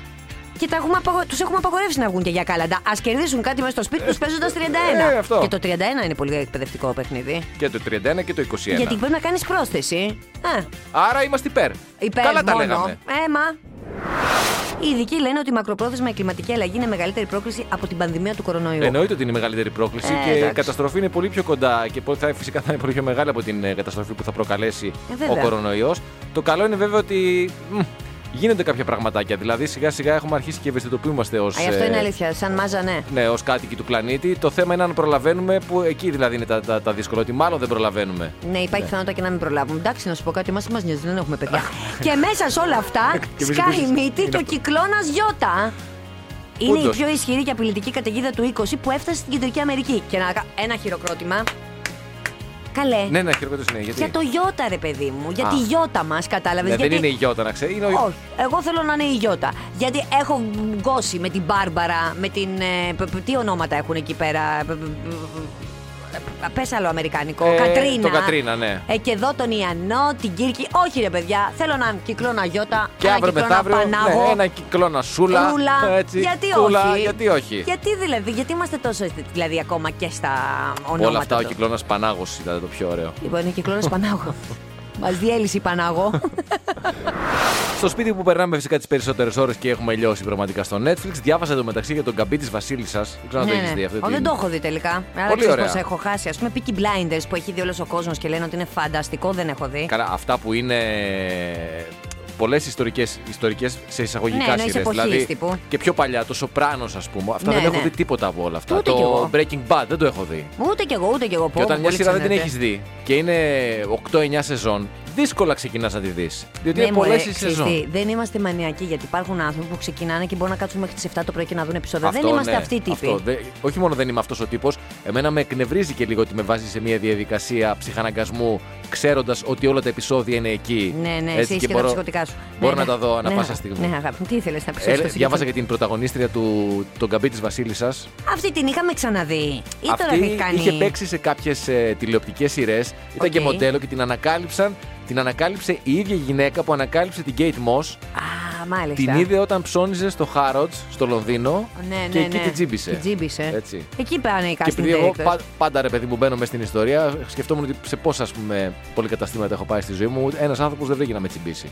[SPEAKER 3] Και τα έχουμε απαγο... τους έχουμε απαγορεύσει να βγουν και για κάλαντα. Ας κερδίσουν κάτι μέσα στο σπίτι τους παίζοντας 31.
[SPEAKER 2] ε, αυτό.
[SPEAKER 3] Και το 31 είναι πολύ εκπαιδευτικό παιχνίδι.
[SPEAKER 2] Και το 31 και το 21.
[SPEAKER 3] Γιατί πρέπει να κάνεις πρόσθεση. Ε,
[SPEAKER 2] Άρα είμαστε υπέρ.
[SPEAKER 3] υπέρ
[SPEAKER 2] Καλά τα
[SPEAKER 3] μόνο.
[SPEAKER 2] λέγαμε.
[SPEAKER 3] Ε, μα. Οι ειδικοί λένε ότι η μακροπρόθεσμα η κλιματική αλλαγή είναι μεγαλύτερη πρόκληση από την πανδημία του κορονοϊού.
[SPEAKER 2] Εννοείται ότι είναι η μεγαλύτερη πρόκληση
[SPEAKER 3] Ε,
[SPEAKER 2] και η
[SPEAKER 3] εντάξει.
[SPEAKER 2] καταστροφή είναι πολύ πιο κοντά και πο- θα, φυσικά θα είναι πολύ πιο μεγάλη από την ε, καταστροφή που θα προκαλέσει
[SPEAKER 3] Ε, βέβαια.
[SPEAKER 2] ο κορονοϊός. Το καλό είναι βέβαια ότι μ, γίνονται κάποια πραγματάκια. Δηλαδή σιγά σιγά έχουμε αρχίσει και ευαισθητοποιούμαστε ως.
[SPEAKER 3] Α, αυτό είναι αλήθεια. Σαν μάζα, ναι.
[SPEAKER 2] Ναι, ως κάτοικοι του πλανήτη. Το θέμα είναι αν προλαβαίνουμε, που εκεί δηλαδή είναι τα, τα, τα δύσκολα. Ότι μάλλον δεν προλαβαίνουμε.
[SPEAKER 3] Ναι, υπάρχει πιθανότητα και να μην προλάβουμε. Εντάξει, να σου πω κάτι, μα μα νοιάζει, δεν έχουμε παιδιά. και μέσα σε όλα αυτά,
[SPEAKER 2] Ναι. Και εμείς
[SPEAKER 3] σκάει η
[SPEAKER 2] επίσης.
[SPEAKER 3] μύτη
[SPEAKER 2] Είναι
[SPEAKER 3] και ο
[SPEAKER 2] αυτό.
[SPEAKER 3] κυκλώνας Γιώτα. Είναι
[SPEAKER 2] Όντως.
[SPEAKER 3] η πιο ισχυρή και απειλητική καταιγίδα του 20 που έφτασε στην Κεντρική Αμερική. Και να κα- ένα χειροκρότημα. Καλέ.
[SPEAKER 2] Ναι, ναι, χειροκρότηση είναι. Γιατί.
[SPEAKER 3] Για το Γιώτα, ρε παιδί μου. Για
[SPEAKER 2] Α.
[SPEAKER 3] τη Γιώτα μας, κατάλαβες.
[SPEAKER 2] Ναι, Δεν είναι η Γιώτα, να ξέρει. Είναι ο-
[SPEAKER 3] Όχι, εγώ θέλω να είναι η Γιώτα. Γιατί έχω γκώσει με την Μπάρμπαρα, με την. ε, π- π- Τι ονόματα έχουν εκεί πέρα. Πες άλλο αμερικανικό.
[SPEAKER 2] Ε,
[SPEAKER 3] Κατρίνα.
[SPEAKER 2] τον Κατρίνα, ναι.
[SPEAKER 3] Ε, και εδώ τον Ιαννό, την Κύρκη. Όχι, ρε παιδιά, θέλω να κυκλώνα Γιώτα.
[SPEAKER 2] Και
[SPEAKER 3] ένα
[SPEAKER 2] αύριο
[SPEAKER 3] κυκλώνα
[SPEAKER 2] μεθαύριο
[SPEAKER 3] Πανάγο.
[SPEAKER 2] ναι, ένα κυκλώνα σούλα.
[SPEAKER 3] Ρούλα.
[SPEAKER 2] έτσι,
[SPEAKER 3] γιατί
[SPEAKER 2] κούλα,
[SPEAKER 3] όχι.
[SPEAKER 2] Γιατί όχι.
[SPEAKER 3] Γιατί δηλαδή, γιατί είμαστε τόσο αισθη- δηλαδή ακόμα και στα ονόματα.
[SPEAKER 2] Όλα αυτά ο
[SPEAKER 3] του.
[SPEAKER 2] κυκλώνας Πανάγος ήταν το πιο ωραίο.
[SPEAKER 3] Λοιπόν, είναι κυκλώνας Πανάγος. Μας διέλυσε η Πανάγο.
[SPEAKER 2] Στο σπίτι που περνάμε φυσικά τις περισσότερες ώρες και έχουμε λιώσει πραγματικά στο Netflix, διάβασα το μεταξύ για τον καμπί της Βασίλισσας. Δεν ξέρω αν το
[SPEAKER 3] Ναι,
[SPEAKER 2] έχεις
[SPEAKER 3] ναι.
[SPEAKER 2] δει αυτό.
[SPEAKER 3] Ω, Δεν το έχω δει τελικά. Άρα
[SPEAKER 2] Πολύ
[SPEAKER 3] ξέρεις
[SPEAKER 2] ωραία.
[SPEAKER 3] πώς έχω χάσει. Ας πούμε, Peaky Blinders που έχει δει όλος ο κόσμος και λένε ότι είναι φανταστικό, δεν έχω δει.
[SPEAKER 2] Καλά, αυτά που είναι πολλές ιστορικές ιστορικές σε εισαγωγικά
[SPEAKER 3] Ναι, ναι,
[SPEAKER 2] σειρές.
[SPEAKER 3] της εποχής
[SPEAKER 2] Δηλαδή,
[SPEAKER 3] τύπου.
[SPEAKER 2] και πιο παλιά, το Σοπράνο, ας πούμε. Αυτά
[SPEAKER 3] Ναι,
[SPEAKER 2] δεν έχω
[SPEAKER 3] ναι.
[SPEAKER 2] δει τίποτα από όλα αυτά.
[SPEAKER 3] Ούτε κι
[SPEAKER 2] το
[SPEAKER 3] εγώ.
[SPEAKER 2] Breaking Bad δεν το έχω δει.
[SPEAKER 3] Ούτε κι εγώ, ούτε κι εγώ.
[SPEAKER 2] Και
[SPEAKER 3] Πω,
[SPEAKER 2] όταν
[SPEAKER 3] πω,
[SPEAKER 2] μια
[SPEAKER 3] πολύ
[SPEAKER 2] σειρά δεν την
[SPEAKER 3] ξενέρεται.
[SPEAKER 2] έχεις δει και είναι 8-9 σεζόν, δύσκολα ξεκινάς να τη δεις. Διότι
[SPEAKER 3] Ναι,
[SPEAKER 2] είναι πολλέ
[SPEAKER 3] μωρέ,
[SPEAKER 2] οι
[SPEAKER 3] ξέρεις
[SPEAKER 2] σεζόν.
[SPEAKER 3] τι, δεν είμαστε μανιακοί γιατί υπάρχουν άνθρωποι που ξεκινάνε και μπορούν να κάτσουν μέχρι τις 7 το πρωί και να δουν επεισόδια.
[SPEAKER 2] Αυτό,
[SPEAKER 3] δεν είμαστε
[SPEAKER 2] ναι.
[SPEAKER 3] αυτοί οι τύποι.
[SPEAKER 2] Αυτό. Δε- όχι μόνο δεν είμαι αυτός ο τύπος, εμένα με εκνευρίζει και λίγο ότι με βάζει σε μια διαδικασία ψυχαναγκασμού, ξέροντας ότι όλα τα επεισόδια είναι εκεί.
[SPEAKER 3] Ναι, ναι, εσύ και τα ψυχοτικά σου.
[SPEAKER 2] μπορώ
[SPEAKER 3] Ναι,
[SPEAKER 2] να
[SPEAKER 3] ναι.
[SPEAKER 2] τα δω ανά
[SPEAKER 3] Ναι,
[SPEAKER 2] πάσα στιγμή.
[SPEAKER 3] Ναι, αγάπη, μου, τι ήθελες να πεις.
[SPEAKER 2] Ε, διάβαζα και την πρωταγωνίστρια του τον Καμπή τη Βασίλισσα.
[SPEAKER 3] Αυτή την είχαμε ξαναδεί. Ή τώρα
[SPEAKER 2] Αυτή
[SPEAKER 3] έχει κάνει.
[SPEAKER 2] είχε παίξει σε κάποιες ε, τηλεοπτικές σειρές. Ήταν
[SPEAKER 3] Οκ.
[SPEAKER 2] και μοντέλο και την ανακάλυψαν. Την ανακάλυψε η ίδια η γυναίκα που ανακάλυψε την Kate Moss.
[SPEAKER 3] Α, μάλιστα.
[SPEAKER 2] Την είδε όταν ψώνιζε στο Harrods στο Λονδίνο
[SPEAKER 3] Ναι, ναι,
[SPEAKER 2] και εκεί
[SPEAKER 3] ναι.
[SPEAKER 2] την τζίμπησε.
[SPEAKER 3] Την τζίμπησε.
[SPEAKER 2] Έτσι.
[SPEAKER 3] Εκεί πάνε οι
[SPEAKER 2] Και
[SPEAKER 3] casting
[SPEAKER 2] επειδή εγώ
[SPEAKER 3] directors.
[SPEAKER 2] πα- πάντα ρε παιδί μου μπαίνω μες στην ιστορία, σκεφτόμουν ότι σε πόσα ας πούμε, πολυκαταστήματα έχω πάει στη ζωή μου, ένας άνθρωπος δεν βρήκε να με τσιμπήσει.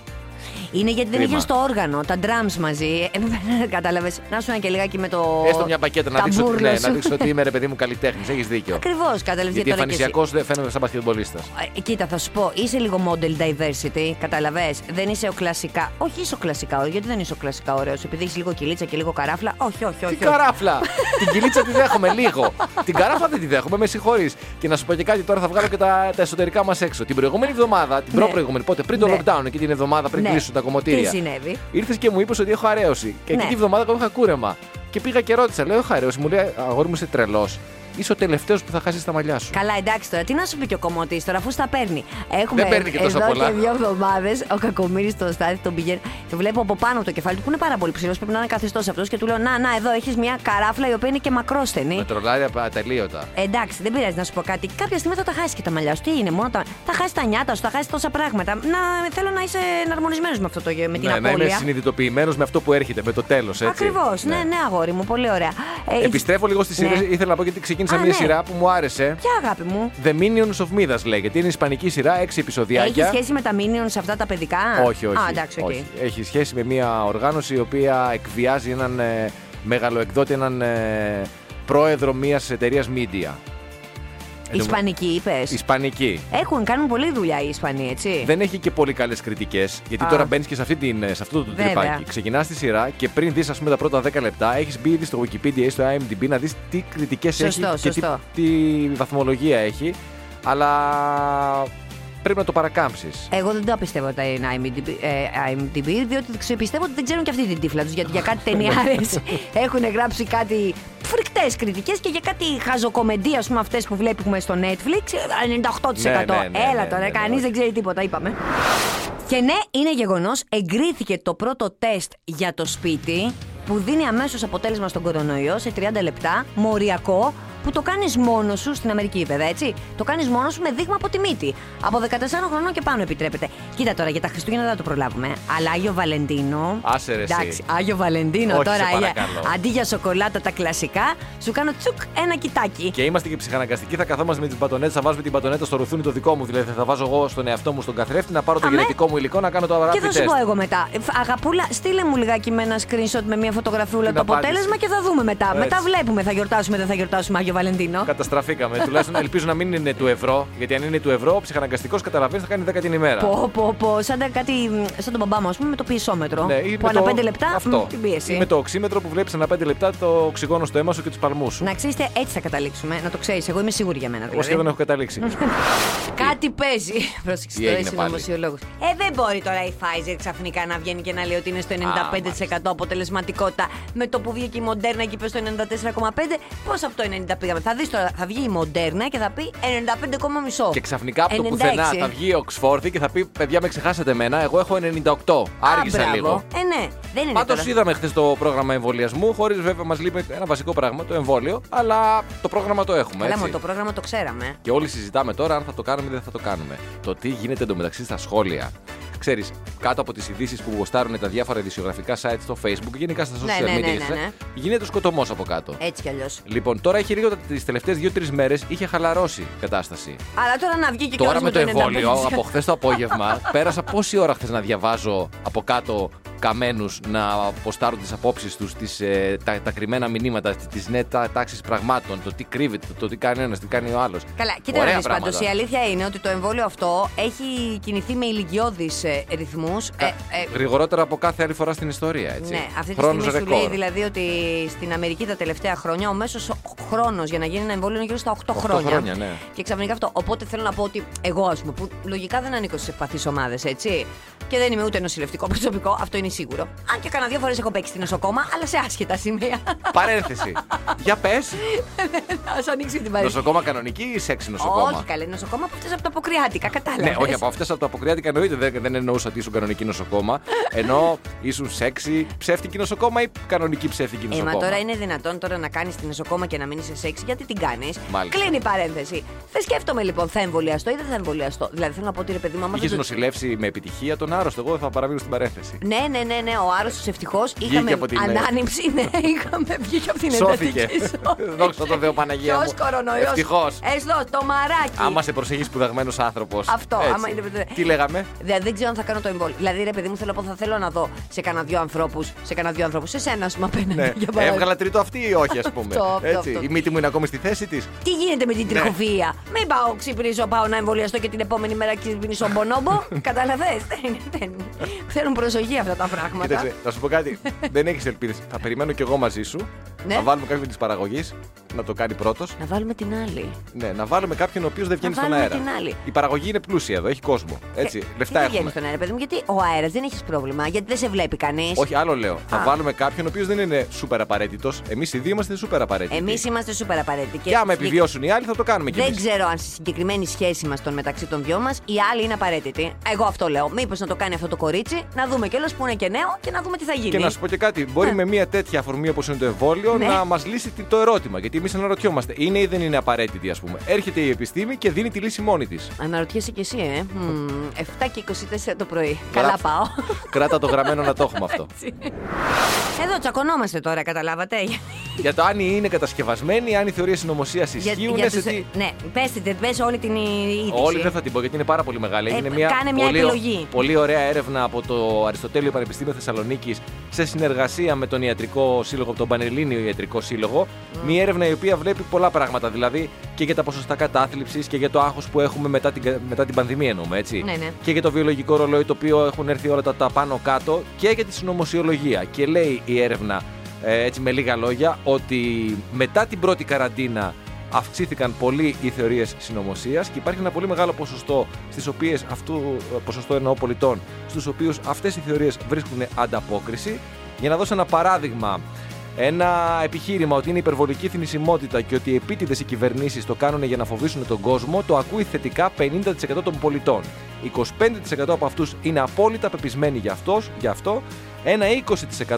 [SPEAKER 3] Είναι γιατί δεν
[SPEAKER 2] Κρίμα.
[SPEAKER 3] είχε το όργανο, τα drums μαζί. Κατάλαβες. Να σου και λιγάκι με το.
[SPEAKER 2] Έστω μια πακέτα να δείξω, ότι, ναι, να δείξω ότι είμαι ρε παιδί μου καλλιτέχνης, έχεις δίκιο.
[SPEAKER 3] Ακριβώς, κατάλαβες.
[SPEAKER 2] Γιατί εμφανισιακό δεν φαίνομαι σαν παθιοτμπολίστα.
[SPEAKER 3] Ε, Κοίτα, θα σου πω, είσαι λίγο model diversity, καταλαβέ. Δεν είσαι ο κλασικά. Όχι, είσαι ο κλασικά ωραίος. Γιατί δεν είσαι ο κλασικά ωραίος, επειδή έχεις λίγο κυλίτσα και λίγο καράφλα. Όχι, όχι, όχι.
[SPEAKER 2] Τι
[SPEAKER 3] όχι.
[SPEAKER 2] καράφλα! την κυλίτσα τη δέχομαι λίγο. την καράφλα δεν τη δέχομαι, με συγχωρείς. Και να σου πω και κάτι τώρα, θα βγάλω και τα, τα εσωτερικά μας έξω. Την προηγούμενη εβδομάδα, την
[SPEAKER 3] Ναι.
[SPEAKER 2] προπροηγούμενη, πότε, πριν το
[SPEAKER 3] Ναι.
[SPEAKER 2] lockdown, εκεί την εβδομάδα πριν
[SPEAKER 3] Ναι.
[SPEAKER 2] κλείσουν τα κομμωτήρια.
[SPEAKER 3] Τι συνέβη?
[SPEAKER 2] Ήρθες και μου είπες ότι έχω αρέωση. Και
[SPEAKER 3] Ναι.
[SPEAKER 2] εκείνη τη εβδομάδα εγώ είχα κούρεμα. Και πήγα και ρώτησα, λέω: Έχω αρέωση. Μου λέει: Αγόρι μου, είσαι τρελός. Είσαι ο τελευταίος που θα χάσεις τα μαλλιά σου.
[SPEAKER 3] Καλά, εντάξει τώρα, τι να σου πει και ο κομμωτής τώρα, αφού στα παίρνει. Έχουμε
[SPEAKER 2] Δεν παίρνει και τόσο
[SPEAKER 3] εδώ
[SPEAKER 2] πολλά.
[SPEAKER 3] και δύο εβδομάδες ο Κακομοίρης στο στάδιο τον πηγαίνει. Το βλέπω από πάνω από το κεφάλι του που είναι πάρα πολύ ψηλός. Πρέπει να είναι καθιστός αυτός και του λέω: Να, να, εδώ έχεις μια καράφλα η οποία είναι και μακρόστενη.
[SPEAKER 2] Με τρολάρει απα- ατελείωτα.
[SPEAKER 3] Εντάξει, δεν πειράζει να σου πω κάτι. Κάποια στιγμή θα τα χάσεις και τα μαλλιά σου. Τι είναι, μόνο τα. Θα χάσεις τα νιάτα σου, θα χάσεις τόσα πράγματα. Να θέλω να είσαι εναρμονισμένος με αυτό το με την
[SPEAKER 2] ναι, να είμαι
[SPEAKER 3] απώλεια.
[SPEAKER 2] συνειδητοποιημένος με αυτό που έρχεται, με το τέλος.
[SPEAKER 3] Ακριβώς, ναι. ναι, αγόρι μου, πολύ ωραία. Ε, έχεις-
[SPEAKER 2] Επιστρέφω λίγο στη σειρά.
[SPEAKER 3] Ναι.
[SPEAKER 2] Ήθελα να πω γιατί ξεκίνησα
[SPEAKER 3] Α,
[SPEAKER 2] μια
[SPEAKER 3] ναι.
[SPEAKER 2] σειρά που μου άρεσε.
[SPEAKER 3] Ποια αγάπη μου.
[SPEAKER 2] The Minions of Midas λέγεται. Είναι ισπανική σειρά, έξι
[SPEAKER 3] Έχει
[SPEAKER 2] επεισοδιάκια.
[SPEAKER 3] σχέση με τα μήνυον σε αυτά τα παιδικά.
[SPEAKER 2] Όχι, όχι.
[SPEAKER 3] Α, εντάξει, οκ.
[SPEAKER 2] όχι. Έχει σχέση με μια οργάνωση η οποία εκβιάζει έναν ε, μεγαλοεκδότη, έναν ε, πρόεδρο μιας εταιρείας media.
[SPEAKER 3] Ισπανική, είπες.
[SPEAKER 2] Ισπανική.
[SPEAKER 3] Έχουν, κάνουν πολλή δουλειά οι Ισπανοί, έτσι.
[SPEAKER 2] Δεν έχει και πολύ καλές κριτικές, γιατί
[SPEAKER 3] Ε. Α.
[SPEAKER 2] τώρα μπαίνεις και σε, αυτή την, ε, σε αυτό το
[SPEAKER 3] Βέβαια.
[SPEAKER 2] τρυπάκι. Ξεκινάς τη σειρά και πριν δεις, ας πούμε, τα πρώτα 10 λεπτά, έχεις μπει ήδη στο Wikipedia ή στο IMDb να δεις τι κριτικές έχει
[SPEAKER 3] Σωστό,
[SPEAKER 2] και τι,
[SPEAKER 3] σωστό.
[SPEAKER 2] τι βαθμολογία έχει. Αλλά πρέπει να το παρακάμψεις.
[SPEAKER 3] Εγώ δεν το πιστεύω τα είναι IMDb, ε, IMDb, διότι ξε- πιστεύω ότι δεν ξέρουν και αυτή την τύφλα τους. Γιατί για
[SPEAKER 2] Ναι.
[SPEAKER 3] κάτι ταινιάρες έχουν γράψει κάτι φρικτές κριτικές και για κάτι χαζοκομεντή, ας πούμε, αυτές που βλέπουμε στο Netflix. ε, 98%.
[SPEAKER 2] Ναι, ναι, ναι, ναι,
[SPEAKER 3] Έλα
[SPEAKER 2] ναι,
[SPEAKER 3] τώρα,
[SPEAKER 2] ναι,
[SPEAKER 3] κανείς
[SPEAKER 2] ναι.
[SPEAKER 3] δεν ξέρει τίποτα, είπαμε. Και ναι, είναι γεγονός, εγκρίθηκε το πρώτο τεστ για το σπίτι που δίνει αμέσως αποτέλεσμα στον κορονοϊό σε 30 λεπτά, μοριακό, που το κάνεις μόνος σου στην Αμερική, βέβαια, έτσι. Το κάνεις μόνος σου με δείγμα από τη μύτη. Από 14 χρονών και πάνω επιτρέπεται. Κοίτα τώρα, για τα Χριστούγεννα δεν θα το προλάβουμε. Αλλά Άγιο Βαλεντίνο.
[SPEAKER 2] Άσε ρε εσύ.
[SPEAKER 3] Εντάξει, Άγιο Βαλεντίνο
[SPEAKER 2] Όχι, σε
[SPEAKER 3] τώρα. για-
[SPEAKER 2] παρακαλώ.
[SPEAKER 3] αντί για σοκολάτα τα κλασικά, σου κάνω τσουκ ένα κοιτάκι.
[SPEAKER 2] Και είμαστε και ψυχαναγκαστικοί. Θα καθόμαστε με τις μπατονέτες, θα βάζουμε την μπατονέτα στο ρουθούνι το δικό μου. Δηλαδή θα βάζω εγώ στον εαυτό μου στον καθρέφτη να πάρω το
[SPEAKER 3] Αμέ.
[SPEAKER 2] γενετικό μου υλικό να κάνω το αράπη
[SPEAKER 3] Και θα σου πω εγώ μετά. «Φ- Αγαπούλα, στείλε μου λιγάκι με ένα screenshot με μια φωτογραφιούλα
[SPEAKER 2] Την
[SPEAKER 3] το αποτέλεσμα
[SPEAKER 2] απάντηση.
[SPEAKER 3] και θα δούμε μετά.
[SPEAKER 2] Έτσι.
[SPEAKER 3] Μετά βλέπουμε, θα γιορτάσουμε, δεν θα γιορτάσουμε Άγιο Βαλεντίνο.
[SPEAKER 2] Καταστραφήκαμε. Τουλάχιστον ελπίζω να μην είναι του ευρώ. Γιατί αν είναι του ευρώ, ο ψυχαναγκαστικός καταλαβαίνεις θα κάνει 10 την ημέρα.
[SPEAKER 3] Πω, πω, πω. Σαν, τα κάτι, σαν τον μπαμπά μου, ας πούμε, με το πιεσόμετρο.
[SPEAKER 2] Ναι, ή
[SPEAKER 3] που
[SPEAKER 2] με
[SPEAKER 3] ανά
[SPEAKER 2] το-
[SPEAKER 3] 5 λεπτά μ,
[SPEAKER 2] αυτό.
[SPEAKER 3] την πίεση.
[SPEAKER 2] Ή με το οξύμετρο που βλέπεις ανά 5 λεπτά το οξυγόνο στο αίμα σου και τους παλμούς σου.
[SPEAKER 3] Να ξέρετε, έτσι θα καταλήξουμε. Να το ξέρεις. Εγώ είμαι σίγουρη για μένα.
[SPEAKER 2] Εγώ
[SPEAKER 3] Ναι, Δηλαδή.
[SPEAKER 2] σχεδόν έχω καταλήξει.
[SPEAKER 3] Κάτι παίζει. Πρόσεξε
[SPEAKER 2] Τι
[SPEAKER 3] τώρα,
[SPEAKER 2] έγινε
[SPEAKER 3] είσαι
[SPEAKER 2] πάλι?
[SPEAKER 3] νομοσιολόγο. Ε, δεν μπορεί τώρα η Pfizer ξαφνικά να βγαίνει και να λέει ότι είναι στο 95% αποτελεσματικότητα. Με το που βγήκε η Moderna και είπε στο 94,5%, πώς από το 90% πήγαμε. Θα δεις τώρα, θα βγει η Moderna και θα πει 95,5%.
[SPEAKER 2] Και ξαφνικά από το πουθενά
[SPEAKER 3] 96.
[SPEAKER 2] θα βγει η Οξφόρδη και θα πει: Παιδιά, με ξεχάσατε εμένα. Εγώ έχω 98.
[SPEAKER 3] Α,
[SPEAKER 2] Άργησα
[SPEAKER 3] μπράβο.
[SPEAKER 2] λίγο.
[SPEAKER 3] Ε, ναι, δεν είναι
[SPEAKER 2] Πάντως
[SPEAKER 3] τώρα.
[SPEAKER 2] είδαμε χθες το πρόγραμμα εμβολιασμού, χωρίς βέβαια μας λείπει ένα βασικό πράγμα, το εμβόλιο, αλλά το πρόγραμμα το έχουμε.
[SPEAKER 3] Καλά,
[SPEAKER 2] έτσι.
[SPEAKER 3] μου το πρόγραμμα το ξέραμε.
[SPEAKER 2] Και όλοι συζητάμε τώρα αν θα το κάνουμε ή δεν θα το κάνουμε. Το τι γίνεται εντωμεταξύ στα σχόλια. Ξέρεις, κάτω από τις ειδήσεις που γοστάρουν τα διάφορα ειδησιογραφικά site στο Facebook και γενικά στα social
[SPEAKER 3] Ναι, ναι,
[SPEAKER 2] media,
[SPEAKER 3] ναι, ναι,
[SPEAKER 2] ε,
[SPEAKER 3] ναι. Ε.
[SPEAKER 2] γίνεται σκοτωμός από κάτω.
[SPEAKER 3] Έτσι κι αλλιώς.
[SPEAKER 2] Λοιπόν, τώρα έχει λίγο τις τελευταίες δύο-τρει μέρες είχε χαλαρώσει η κατάσταση.
[SPEAKER 3] Αλλά τώρα να βγει και
[SPEAKER 2] Τώρα
[SPEAKER 3] κιόλας
[SPEAKER 2] με το εμβόλιο,
[SPEAKER 3] 95%.
[SPEAKER 2] από χθες το απόγευμα, πέρασα πόση ώρα χθες να διαβάζω από κάτω καμένους να αποστάρουν τις απόψεις τους, τις, ε, τα, τα κρυμμένα μηνύματα, τις, τις νέα τα- τάξεις πραγμάτων, το τι κρύβεται, το τι κάνει ένας, τι κάνει ο άλλος.
[SPEAKER 3] Καλά, κοίτα
[SPEAKER 2] Ωραία
[SPEAKER 3] να δεις
[SPEAKER 2] πράγματα.
[SPEAKER 3] πάντως, η αλήθεια είναι ότι το εμβόλιο αυτό έχει κινηθεί με ηλικιώδεις ε, ρυθμούς. Ε, ε,
[SPEAKER 2] Γρηγορότερα από κάθε άλλη φορά στην ιστορία, έτσι.
[SPEAKER 3] ναι, αυτή τη
[SPEAKER 2] Χρόνος
[SPEAKER 3] στιγμή σου λέει
[SPEAKER 2] ρεκόρ.
[SPEAKER 3] δηλαδή ότι στην Αμερική τα τελευταία χρόνια ο μέσος χρόνος για να γίνει ένα εμβόλιο είναι γύρω στα 8,
[SPEAKER 2] Οκτώ
[SPEAKER 3] χρόνια.
[SPEAKER 2] χρόνια, ναι.
[SPEAKER 3] Και ξαφνικά αυτό. Οπότε θέλω να πω ότι εγώ, ας πούμε, που λογικά δεν ανήκω στις ευπαθείς ομάδες, έτσι. Και δεν είμαι ούτε νοσηλευτικό προσωπικό, αυτό είναι σίγουρο. Αν και κανένα δύο φορές έχω παίξει στην νοσοκόμα, αλλά σε άσχετα σημεία.
[SPEAKER 2] Παρένθεση. Για πες,
[SPEAKER 3] Ας ανοίξει την παρέα.
[SPEAKER 2] νοσοκόμα κανονική ή σεξ νοσοκόμα.
[SPEAKER 3] Όχι, καλέ, νοσοκόμα από αυτές από τα αποκριάτικα, κατάλαβες.
[SPEAKER 2] Ναι, όχι από αυτές από τα αποκριάτικα εννοείται. Δεν, δεν εννοούσα ότι ήσουν κανονική νοσοκόμα. Ενώ ήσουν σεξι, ψεύτικη νοσοκόμα ή κανονική ψεύτικη
[SPEAKER 3] Ε,
[SPEAKER 2] νοσοκόμα.
[SPEAKER 3] μα τώρα είναι δυνατόν τώρα να κάνεις την νοσοκόμα και να μείνει σε σεξ, γιατί την κάνεις.
[SPEAKER 2] Μάλιστα.
[SPEAKER 3] Κλείνει η παρένθεση. Δεν σκέφτομαι λοιπόν, θα εμβολιαστώ ή δεν θα εμβολιαστώ. Δηλαδή θέλω να πω ότι ρε παιδί μου, άμα
[SPEAKER 2] Είχες
[SPEAKER 3] δεν το-
[SPEAKER 2] νοσηλεύσει με επιτυχία τον άρρωστο. Εγώ θα παραμείνω στην παρένθεση.
[SPEAKER 3] Ναι, ναι, ναι, ναι, ο άρρωστος ευτυχώς.
[SPEAKER 2] Βγήκε
[SPEAKER 3] Είχαμε
[SPEAKER 2] από την, ε,
[SPEAKER 3] ανάνυψη, ναι, είχαμε βγει και από την
[SPEAKER 2] Σώθηκε.
[SPEAKER 3] εντατική σώση.
[SPEAKER 2] Δόξα τω Θεώ, Παναγία μου.
[SPEAKER 3] Ποιος κορονοϊός.
[SPEAKER 2] Ευτυχώς.
[SPEAKER 3] Εδώ, το μαράκι.
[SPEAKER 2] Άμα σε προσέχεις σπουδαγμένος άνθρωπος.
[SPEAKER 3] Αυτό, άμα είναι-
[SPEAKER 2] Τι λέγαμε.
[SPEAKER 3] Δε- δεν ξέρω αν θα κάνω το εμβόλιο. Δηλαδή, ρε παιδί μου, θέλω, να πω, θα θέλω να δω σε κανένα δύο ανθρώπους. Σε κανένα δύο ανθρώπους. Σε σένα, ας πούμε, απέναντι.
[SPEAKER 2] Ναι.
[SPEAKER 3] για παράδειγμα.
[SPEAKER 2] Έβγαλα τρίτο αυτή ή όχι, ας πούμε.
[SPEAKER 3] Αυτό, αυτό,
[SPEAKER 2] Έτσι.
[SPEAKER 3] αυτό.
[SPEAKER 2] Η μύτη μου είναι ακόμη στη θέση της.
[SPEAKER 3] Τι γίνεται με την
[SPEAKER 2] Ναι.
[SPEAKER 3] τριχοφυΐα. Μην πάω, ξυπνήσω, πάω να εμβολιαστώ και την επόμενη μέρα ξυπνήσω μπονόμπο. Καταλαβες. Δεν είναι- δεν είναι. Θέλουν προσοχή αυτά τα πράγματα.
[SPEAKER 2] Κοίταξε, να σου πω κάτι. Δεν έχεις ελπίδες. Θα περιμένω κι εγώ μαζί σου.
[SPEAKER 3] Ναι.
[SPEAKER 2] Να βάλουμε κάποιον της παραγωγής να το κάνει πρώτος.
[SPEAKER 3] Να βάλουμε την άλλη.
[SPEAKER 2] Ναι, να βάλουμε κάποιον ο οποίος δεν βγαίνει στον
[SPEAKER 3] βάλουμε
[SPEAKER 2] αέρα.
[SPEAKER 3] την άλλη. Ε,
[SPEAKER 2] Η παραγωγή είναι πλούσια εδώ, έχει κόσμο. Έτσι, λεφτά
[SPEAKER 3] Τι δεν βγαίνεις
[SPEAKER 2] έχουμε.
[SPEAKER 3] στον αέρα, παιδί μου, γιατί ο αέρας δεν έχεις πρόβλημα, γιατί δεν σε βλέπει κανείς.
[SPEAKER 2] Όχι, άλλο λέω. Θα
[SPEAKER 3] Α.
[SPEAKER 2] βάλουμε κάποιον ο οποίος δεν είναι σούπερ απαραίτητος. Εμείς οι δύο είμαστε σούπερ απαραίτητοι.
[SPEAKER 3] Εμείς είμαστε σούπερ απαραίτητοι.
[SPEAKER 2] Και άμα
[SPEAKER 3] συγκεκ-
[SPEAKER 2] επιβιώσουν οι άλλοι, θα το κάνουμε κι
[SPEAKER 3] Δεν
[SPEAKER 2] εμείς.
[SPEAKER 3] ξέρω αν στη συγκεκριμένη σχέση μας των μεταξύ των δυο μας η άλλη είναι απαραίτητη. Εγώ αυτό λέω. Μήπως να το κάνει αυτό το κορίτσι, να δούμε κιόλας που είναι και νέο και να δούμε τι θα γίνει.
[SPEAKER 2] Και να σου πω και κάτι, μπορεί
[SPEAKER 3] Ναι.
[SPEAKER 2] με μια τέτοια αφορμή όπως είναι το εμβόλιο
[SPEAKER 3] Ναι.
[SPEAKER 2] να μας λύσει τι- το ερώτημα. Γιατί εμείς αναρωτιόμαστε, είναι ή δεν είναι απαραίτητη, ας πούμε. Έρχεται η επιστήμη και δίνει τη λύση μόνη της.
[SPEAKER 3] Αναρωτιέσαι κι εσύ, ε. Μμμ, 7 και 24 το πρωί. Καλά πάω.
[SPEAKER 2] Κράτα το γραμμένο να το έχουμε αυτό.
[SPEAKER 3] Εδώ τσακωνόμαστε τώρα, καταλάβατε.
[SPEAKER 2] Για το αν είναι κατασκευασμένη, αν οι θεωρίες συνωμοσίας ισχύουν, σε
[SPEAKER 3] τους-
[SPEAKER 2] τι.
[SPEAKER 3] Ναι, πες την, πες όλη την είδηση.
[SPEAKER 2] Όλοι δεν θα την πω γιατί είναι πάρα πολύ μεγάλη.
[SPEAKER 3] Ε,
[SPEAKER 2] Έγινε μια,
[SPEAKER 3] κάνε μια
[SPEAKER 2] πολύ,
[SPEAKER 3] επιλογή.
[SPEAKER 2] πολύ ωραία έρευνα από το Αριστοτέλειο Πανεπιστήμιο Θεσσαλονίκης σε συνεργασία με τον Ιατρικό Σύλλογο, τον Πανελλήνιο Ιατρικό Σύλλογο. Μια έρευνα η οποία βλέπει πολλά πράγματα. Δηλαδή και για τα ποσοστά κατάθλιψης και για το άγχος που έχουμε μετά την, κα- μετά την πανδημία, εννοούμε έτσι.
[SPEAKER 3] Ναι, ναι.
[SPEAKER 2] Και για το βιολογικό ρολόι το οποίο έχουν έρθει όλα τα, τα πάνω κάτω και για τη συνωμοσιολογία. Και λέει η έρευνα ε, έτσι με λίγα λόγια ότι μετά την πρώτη καραντίνα αυξήθηκαν πολύ οι θεωρίες συνωμοσίας και υπάρχει ένα πολύ μεγάλο ποσοστό στις οποίες αυτού, ε, ποσοστό εννοώ πολιτών, στους οποίους αυτές οι θεωρίες βρίσκουν ανταπόκριση. Για να δώσω ένα παράδειγμα, ένα επιχείρημα ότι είναι υπερβολική θνησιμότητα και ότι οι επίτηδες οι κυβερνήσεις το κάνουν για να φοβήσουν τον κόσμο, το ακούει θετικά 50% των πολιτών. 25% από αυτούς είναι απόλυτα πεπισμένοι γι' αυτός, γι αυτό. Ένα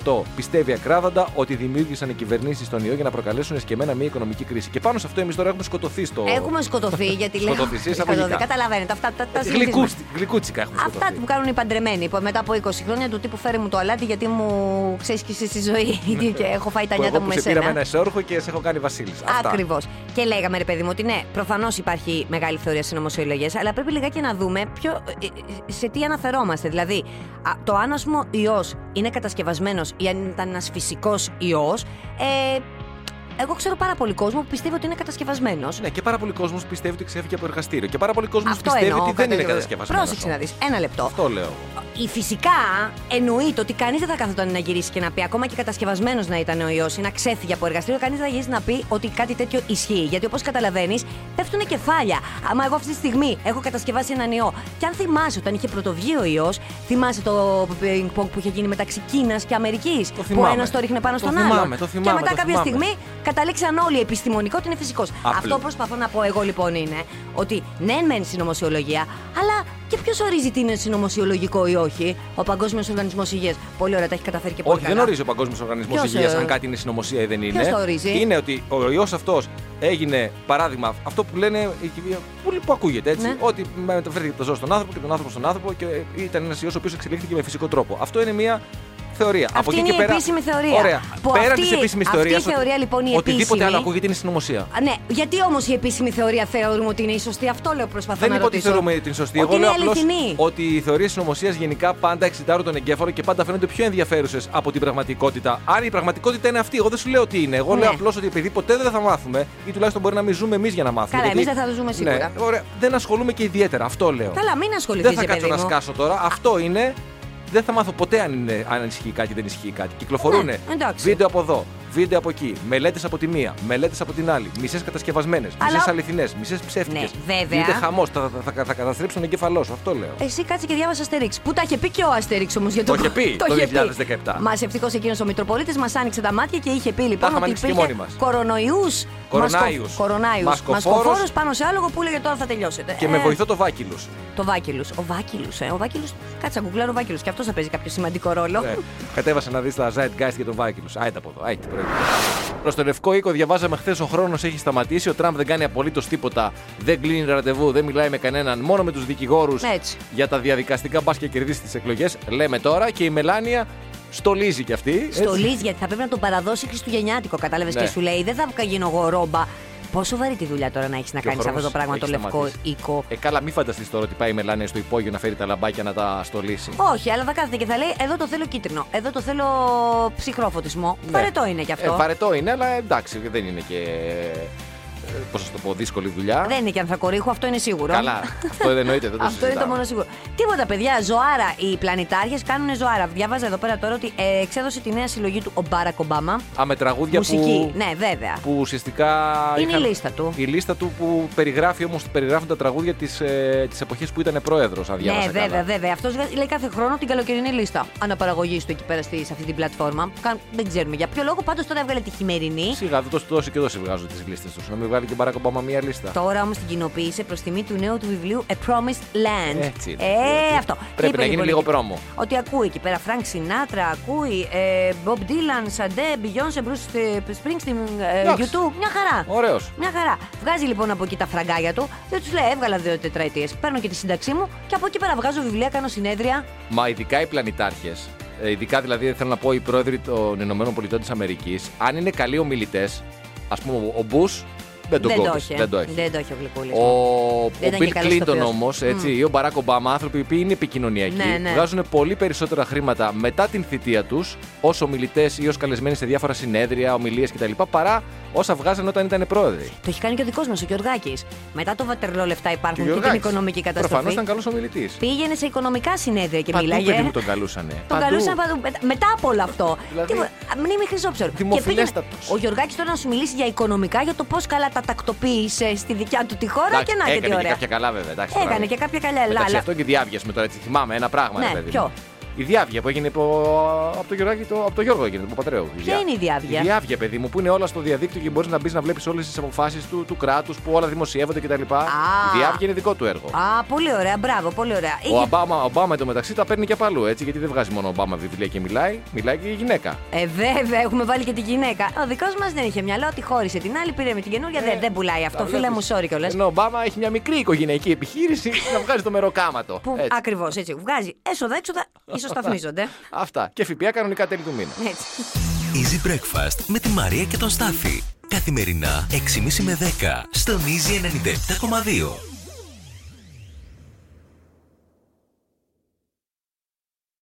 [SPEAKER 2] 20% πιστεύει ακράδαντα ότι δημιούργησαν οι κυβερνήσεις τον ιό για να προκαλέσουν εσκεμμένα μια οικονομική κρίση. Και πάνω σε αυτό εμείς τώρα έχουμε σκοτωθεί στο.
[SPEAKER 3] Έχουμε σκοτωθεί γιατί λέω.
[SPEAKER 2] Σκοτωθείς
[SPEAKER 3] Σκοτωθεί,
[SPEAKER 2] εισαγωγικά.
[SPEAKER 3] Καταλαβαίνετε. Αυτά τα, τα συνηθίζουμε.
[SPEAKER 2] Γλυκούστι- Ε, Γλυκούτσικα έχουμε σκοτωθεί.
[SPEAKER 3] Αυτά που κάνουν οι παντρεμένοι που μετά από 20 χρόνια του τύπου φέρει μου το αλάτι γιατί μου ξέρει και εσύ στη ζωή και έχω φάει
[SPEAKER 2] Ναι.
[SPEAKER 3] τα
[SPEAKER 2] Που
[SPEAKER 3] νιάτα
[SPEAKER 2] εγώ
[SPEAKER 3] μου
[SPEAKER 2] που
[SPEAKER 3] με
[SPEAKER 2] σε πήραμε
[SPEAKER 3] σένα.
[SPEAKER 2] ένα εσόρχο και σε έχω κάνει Βασίλη.
[SPEAKER 3] Ακριβώς. Και λέγαμε, ρε παιδί μου, ότι ναι, προφανώς υπάρχει μεγάλη θεωρία στις νομοσυλλογές, αλλά πρέπει λιγάκι να δούμε ποιο, ε, ε, σε τι αναφερόμαστε. Δηλαδή, α, το αν α πούμε ιός είναι κατασκευασμένος ή αν ήταν ένας φυσικός ιός. Ε, εγώ ξέρω πάρα πολύ κόσμο που πιστεύει ότι είναι κατασκευασμένος.
[SPEAKER 2] Ναι, και πάρα πολλοί κόσμος πιστεύει ότι ξέφυγε από εργαστήριο. Και πάρα πολλοί κόσμος
[SPEAKER 3] Αυτό
[SPEAKER 2] πιστεύει
[SPEAKER 3] εννοώ.
[SPEAKER 2] ότι δεν είναι
[SPEAKER 3] κατάλαβες.
[SPEAKER 2] κατασκευασμένος.
[SPEAKER 3] Πρόσεξε να δεις. Ένα λεπτό.
[SPEAKER 2] Αυτό λέω.
[SPEAKER 3] Η φυσικά εννοείται ότι κανείς δεν θα καθόταν να γυρίσει και να πει, ακόμα και κατασκευασμένος να ήταν ο ιός ή να ξέφυγε από εργαστήριο, κανείς δεν θα γυρίσει να πει ότι κάτι τέτοιο ισχύει. Γιατί όπως καταλαβαίνεις, πέφτουν κεφάλια. Άμα εγώ αυτή τη στιγμή έχω κατασκευάσει έναν ιό. Και αν θυμάσαι, όταν είχε πρωτοβγεί ο ιός, θυμάσαι το ping-pong που είχε γίνει μεταξύ Κίνας και Αμερικής. Που
[SPEAKER 2] θυμάμαι.
[SPEAKER 3] ένας το ρίχνε πάνω
[SPEAKER 2] Το
[SPEAKER 3] στον
[SPEAKER 2] θυμάμαι,
[SPEAKER 3] άλλον.
[SPEAKER 2] το θυμάμαι,
[SPEAKER 3] και μετά
[SPEAKER 2] το
[SPEAKER 3] κάποια
[SPEAKER 2] θυμάμαι.
[SPEAKER 3] στιγμή Ε, καταλήξαν όλοι επιστημονικό ότι είναι φυσικός.
[SPEAKER 2] Απλή.
[SPEAKER 3] Αυτό που προσπαθώ να πω εγώ λοιπόν είναι ότι ναι, μεν συνωμοσιολογία, αλλά και ποιος ορίζει τι είναι συνωμοσιολογικό ή όχι. Ο Παγκόσμιος Οργανισμός Υγείας. Πολύ ωραία, τα έχει καταφέρει και πολύ
[SPEAKER 2] Όχι,
[SPEAKER 3] καλά.
[SPEAKER 2] δεν ορίζει ο Παγκόσμιος Οργανισμός
[SPEAKER 3] Ποιος,
[SPEAKER 2] Υγείας
[SPEAKER 3] ε,
[SPEAKER 2] αν κάτι είναι συνωμοσία ή δεν είναι.
[SPEAKER 3] το ορίζει?
[SPEAKER 2] Είναι ότι ο ιός αυτός έγινε, παράδειγμα, αυτό που λένε. εκεί, Πολύ που ακούγεται έτσι.
[SPEAKER 3] Ναι.
[SPEAKER 2] Ότι μεταφέρθηκε από το ζώο στον άνθρωπο και τον άνθρωπο στον άνθρωπο και ήταν ένας ιός ο οποίος εξελίχθηκε με φυσικό τρόπο. Αυτό είναι μια θεωρία.
[SPEAKER 3] Αυτή
[SPEAKER 2] από εκεί
[SPEAKER 3] είναι
[SPEAKER 2] και
[SPEAKER 3] η
[SPEAKER 2] πέρα.
[SPEAKER 3] επίσημη θεωρία.
[SPEAKER 2] Ωραία.
[SPEAKER 3] Που
[SPEAKER 2] πέραν
[SPEAKER 3] αυτή-
[SPEAKER 2] τη επίσημης
[SPEAKER 3] αυτή η
[SPEAKER 2] θεωρίας.
[SPEAKER 3] θεωρία, λοιπόν, η
[SPEAKER 2] Οτιδήποτε
[SPEAKER 3] επίσημη-
[SPEAKER 2] άλλο ακούγεται είναι συνωμοσία.
[SPEAKER 3] Α, Ναι, γιατί όμως η επίσημη θεωρία θεωρούμε ότι είναι η σωστή, αυτό λέω προσπαθώ
[SPEAKER 2] Δεν
[SPEAKER 3] να
[SPEAKER 2] είπα ότι
[SPEAKER 3] ρωτήσω.
[SPEAKER 2] θεωρούμε την σωστή.
[SPEAKER 3] Ότι
[SPEAKER 2] Εγώ λέω
[SPEAKER 3] είναι
[SPEAKER 2] απλώς
[SPEAKER 3] αληθινή.
[SPEAKER 2] ότι οι θεωρίες συνωμοσίας γενικά πάντα εξητάρουν τον εγκέφαλο και πάντα φαίνονται πιο ενδιαφέρουσες από την πραγματικότητα. Άρα η πραγματικότητα είναι αυτή. Εγώ δεν σου λέω τι είναι. Εγώ
[SPEAKER 3] Ναι.
[SPEAKER 2] λέω απλώς ότι επειδή ποτέ δεν θα μάθουμε, ή τουλάχιστον μπορεί να μην ζούμε εμείς για να μάθουμε.
[SPEAKER 3] Καλά,
[SPEAKER 2] γιατί-
[SPEAKER 3] εμείς δεν θα το ζούμε σίγουρα.
[SPEAKER 2] Ναι, ωραία. Δεν ασχολούμαι και ιδιαίτερα. Αυτό λέω.
[SPEAKER 3] Καλά, μην
[SPEAKER 2] δεν
[SPEAKER 3] ασχοληθεί,
[SPEAKER 2] θα κάτσω
[SPEAKER 3] παιδί
[SPEAKER 2] να
[SPEAKER 3] μου.
[SPEAKER 2] σκάσω τώρα. Αυτό είναι. Δεν θα μάθω ποτέ αν, είναι, αν ισχύει κάτι ή δεν ισχύει κάτι. Κυκλοφορούν
[SPEAKER 3] Ναι, εντάξει.
[SPEAKER 2] βίντεο από εδώ, βίντεο από εκεί, μελέτες από τη μία, μελέτες από την άλλη, μισές κατασκευασμένες,
[SPEAKER 3] Αλλά-
[SPEAKER 2] μισές αληθινές, μισές ψεύτικες.
[SPEAKER 3] Ναι, βέβαια.
[SPEAKER 2] Γίνεται χαμός, θα, θα, θα, θα καταστρέψουν τον εγκεφαλό σου. Αυτό λέω.
[SPEAKER 3] Εσύ κάτσε και διάβασε Αστερίξ. Πού τα είχε πει και ο Αστερίξ όμως για το
[SPEAKER 2] Το είχε πει το 2017.
[SPEAKER 3] Μας ευτυχώς εκείνος ο Μητροπολίτης μας άνοιξε τα μάτια και είχε πει λοιπόν
[SPEAKER 2] είχαμε
[SPEAKER 3] ότι
[SPEAKER 2] ανοίξει και
[SPEAKER 3] υπήρχε
[SPEAKER 2] μόνοι μας.
[SPEAKER 3] κορονοϊούς.
[SPEAKER 2] Κορονάιους.
[SPEAKER 3] Κορονάιου.
[SPEAKER 2] Μασκοφόρος.
[SPEAKER 3] Μασκοφόρος πάνω σε άλογο που έλεγε τώρα θα τελειώσετε.
[SPEAKER 2] Και
[SPEAKER 3] Ε,
[SPEAKER 2] με βοηθό το Βάκυλος.
[SPEAKER 3] Το Βάκυλος. Ο Βάκυλος. Ε. Ο Βάκυλος. Κάτσε να γκουγκλάρω ο Βάκυλος. Και αυτός θα παίζει κάποιο σημαντικό ρόλο.
[SPEAKER 2] Ε, κατέβασε να δεις τα Zeitgeist και τον Βάκυλος. Άιτε από εδώ. Άιτε, Προς το Λευκό Οίκο διαβάζαμε χθες ο χρόνος έχει σταματήσει. Ο Τραμπ δεν κάνει απολύτως τίποτα. Δεν κλείνει ραντεβού, δεν μιλάει με κανέναν. Μόνο με τους δικηγόρους
[SPEAKER 3] Ναι, Έτσι.
[SPEAKER 2] για τα διαδικαστικά μπας και κερδίσεις τι εκλογές. Λέμε τώρα και η Μελάνια στολίζει κι αυτή. έτσι.
[SPEAKER 3] Στολίζει γιατί θα πρέπει να τον παραδώσει Χριστουγεννιάτικο. Κατάλαβες
[SPEAKER 2] Ναι.
[SPEAKER 3] και σου λέει δεν θα γίνω εγώ ρόμπα. Πόσο βαρύ τη δουλειά τώρα να έχεις να
[SPEAKER 2] Και ο
[SPEAKER 3] κάνεις αυτό
[SPEAKER 2] χρόνος
[SPEAKER 3] το πράγμα
[SPEAKER 2] έχει
[SPEAKER 3] το λευκό
[SPEAKER 2] σταματήσει.
[SPEAKER 3] οίκο.
[SPEAKER 2] Ε, καλά, μην φανταστείς τώρα ότι πάει η Μελάνια στο υπόγειο να φέρει τα λαμπάκια να τα στολίσει.
[SPEAKER 3] Όχι, αλλά θα κάθεται και θα λέει: Εδώ το θέλω κίτρινο, εδώ το θέλω ψυχρό φωτισμό.
[SPEAKER 2] Ναι.
[SPEAKER 3] Βαρετό είναι κι αυτό.
[SPEAKER 2] Ε, βαρετό είναι, αλλά εντάξει, δεν είναι και. ε, Πώς να το πω, δύσκολη δουλειά.
[SPEAKER 3] Δεν είναι και ανθρακορίχο, αυτό είναι σίγουρο.
[SPEAKER 2] Καλά, αυτό δεν εννοείται, δεν το
[SPEAKER 3] Αυτό είναι το
[SPEAKER 2] συζητάμε.
[SPEAKER 3] μόνο σίγουρο. Τίποτα, παιδιά. Ζωάρα. Οι πλανητάρχες κάνουν ζωάρα. Διάβαζα εδώ πέρα τώρα ότι ε, εξέδωσε τη νέα συλλογή του ο Μπάρακ Ομπάμα.
[SPEAKER 2] Α, με τραγούδια
[SPEAKER 3] Μουσική.
[SPEAKER 2] που,
[SPEAKER 3] Ναι, βέβαια.
[SPEAKER 2] που ουσιαστικά.
[SPEAKER 3] Είναι η λίστα του.
[SPEAKER 2] Η λίστα του που περιγράφει όμως περιγράφουν τα τραγούδια της ε, της εποχής που ήταν πρόεδρος, αν
[SPEAKER 3] Ναι,
[SPEAKER 2] διάβασα καλά.
[SPEAKER 3] βέβαια, βέβαια. Αυτό λέει κάθε χρόνο την καλοκαιρινή λίστα αναπαραγωγής του εκεί πέρα στη, σε αυτή την πλατφόρμα. Κα- Δεν ξέρουμε για ποιο λόγο. Πάντως τώρα έβγαλε τη χειμερινή.
[SPEAKER 2] Σιγά, δεν το δώσει και εδώ σε βγάζω τις λίστες τους. Να μην βγάλει και μπαράκα Ομπάμα μία λίστα.
[SPEAKER 3] Τώρα όμως την κοινοποίησε προς τιμή του νέου του βιβλίου A Promised Land.
[SPEAKER 2] Έτσι είναι.
[SPEAKER 3] Ε, αυτό. Και
[SPEAKER 2] Πρέπει
[SPEAKER 3] είπε
[SPEAKER 2] να γίνει
[SPEAKER 3] λοιπόν
[SPEAKER 2] λίγο
[SPEAKER 3] εκεί-
[SPEAKER 2] πρόμο.
[SPEAKER 3] Ότι ακούει εκεί πέρα Frank Sinatra, ακούει ε, Bob Dylan, Σαντέ, Beyoncé, Bruce ε, Springsteen, ε,
[SPEAKER 2] Εντάξει.
[SPEAKER 3] YouTube. Μια χαρά.
[SPEAKER 2] Ωραίος.
[SPEAKER 3] Μια χαρά. Βγάζει λοιπόν από εκεί τα φραγκάγια του. Δεν τους λέει, έβγαλα δύο τετραετίες. Παίρνω και τη σύνταξή μου και από εκεί πέρα βγάζω βιβλία, κάνω συνέδρια.
[SPEAKER 2] Μα ειδικά οι πλανητάρχες, ειδικά δηλαδή θέλω να πω οι πρόεδροι των Ηνωμένων Πολιτών της Αμερικής, αν είναι καλοί ομιλητές, ας πούμε ο Μπού δεν τον
[SPEAKER 3] δεν, το
[SPEAKER 2] κόβεις,
[SPEAKER 3] είχε.
[SPEAKER 2] δεν το έχει.
[SPEAKER 3] Δεν το είχε ο γλυκούλης λοιπόν.
[SPEAKER 2] Ο,
[SPEAKER 3] μου.
[SPEAKER 2] ο
[SPEAKER 3] ήταν και
[SPEAKER 2] Bill
[SPEAKER 3] καλός
[SPEAKER 2] Clinton
[SPEAKER 3] ηθοποιός.
[SPEAKER 2] όμως, έτσι, ή ο Μπαράκ Ομπάμα, άνθρωποι που είναι επικοινωνιακοί,
[SPEAKER 3] Ναι, ναι.
[SPEAKER 2] βγάζουν πολύ περισσότερα χρήματα μετά την θητεία τους ως ομιλητές ή ως καλεσμένοι σε διάφορα συνέδρια, ομιλίες κτλ. παρά όσα βγάζαν όταν ήταν πρόεδροι.
[SPEAKER 3] Το έχει κάνει και ο δικός μας ο Γεωργάκης. Μετά το βατερλό λεφτά υπάρχουν και, την
[SPEAKER 2] Γιωργάκης.
[SPEAKER 3] οικονομική καταστροφή.
[SPEAKER 2] Προφανώς ήταν καλός ομιλητής.
[SPEAKER 3] Πήγαινε σε οικονομικά συνέδρια και
[SPEAKER 2] Παντού
[SPEAKER 3] μίλαγε.
[SPEAKER 2] παιδί μου τον καλούσανε.
[SPEAKER 3] Τον
[SPEAKER 2] Παντού.
[SPEAKER 3] καλούσαν παντού. Μετα- Μετά από όλο αυτό.
[SPEAKER 2] Δηλαδή,
[SPEAKER 3] Τίποτα. Α, Μνήμη χρυσόψερου. Και
[SPEAKER 2] δημοφιλέστατος.
[SPEAKER 3] πήγαινε Ο Γιωργάκη τώρα να σου μιλήσει για οικονομικά, για το πώς καλά τα τακτοποίησε στη δικιά του τη χώρα
[SPEAKER 2] Εντάξει,
[SPEAKER 3] και να και
[SPEAKER 2] έκανε
[SPEAKER 3] τι
[SPEAKER 2] και
[SPEAKER 3] ωραία.
[SPEAKER 2] κάποια καλά βέβαια. Εντάξει,
[SPEAKER 3] Έκανε
[SPEAKER 2] μπράβο.
[SPEAKER 3] και κάποια καλά
[SPEAKER 2] Μεταξύ
[SPEAKER 3] αλλά-
[SPEAKER 2] αυτό και διάβιασμε τώρα, έτσι θυμάμαι ένα πράγμα.
[SPEAKER 3] Ναι,
[SPEAKER 2] ρε παιδί
[SPEAKER 3] ποιο?
[SPEAKER 2] μου. Η διάβια που έγινε από, από, το, Γιωργάκη, το, από το Γιώργο έγινε, τον Παπατρέο.
[SPEAKER 3] Ποια είναι η διάβια?
[SPEAKER 2] Η διάβια, παιδί μου, που είναι όλα στο διαδίκτυο και μπορείς να μπεις να βλέπεις όλες τις αποφάσεις του, του κράτους που όλα δημοσιεύονται κτλ. Η διάβια είναι δικό του έργο.
[SPEAKER 3] Α, πολύ ωραία, μπράβο, πολύ ωραία.
[SPEAKER 2] Ο Ομπάμα, ο Ομπάμα εντωμεταξύ τα παίρνει και από αλλού, έτσι, γιατί δεν βγάζει μόνο ο Ομπάμα βιβλία και μιλάει, μιλάει και η γυναίκα.
[SPEAKER 3] Ε, βέβαια, έχουμε βάλει και τη γυναίκα. Ο δικός μας δεν είχε μυαλό, τη χώρισε την άλλη, πήρε με την καινούργια. δεν, δεν πουλάει αυτό, φίλε μου, sorry κιόλας.
[SPEAKER 2] Ε, Ενώ ο Ομπάμα έχει μια μικρή οικογενειακή επιχείρηση να βγάζει το μεροκάματο.
[SPEAKER 3] Που
[SPEAKER 2] Έτσι.
[SPEAKER 3] ακριβώς έτσι βγάζει έσοδα-έξοδα, ίσως ταθμίζονται.
[SPEAKER 2] Αυτά. Και ΦΠΑ κανονικά τέλη του μήνα.
[SPEAKER 3] Έτσι.
[SPEAKER 1] Easy Breakfast με τη Μαρία και τον Στάφη. Καθημερινά 6.30 με 10 στον Easy 97,2.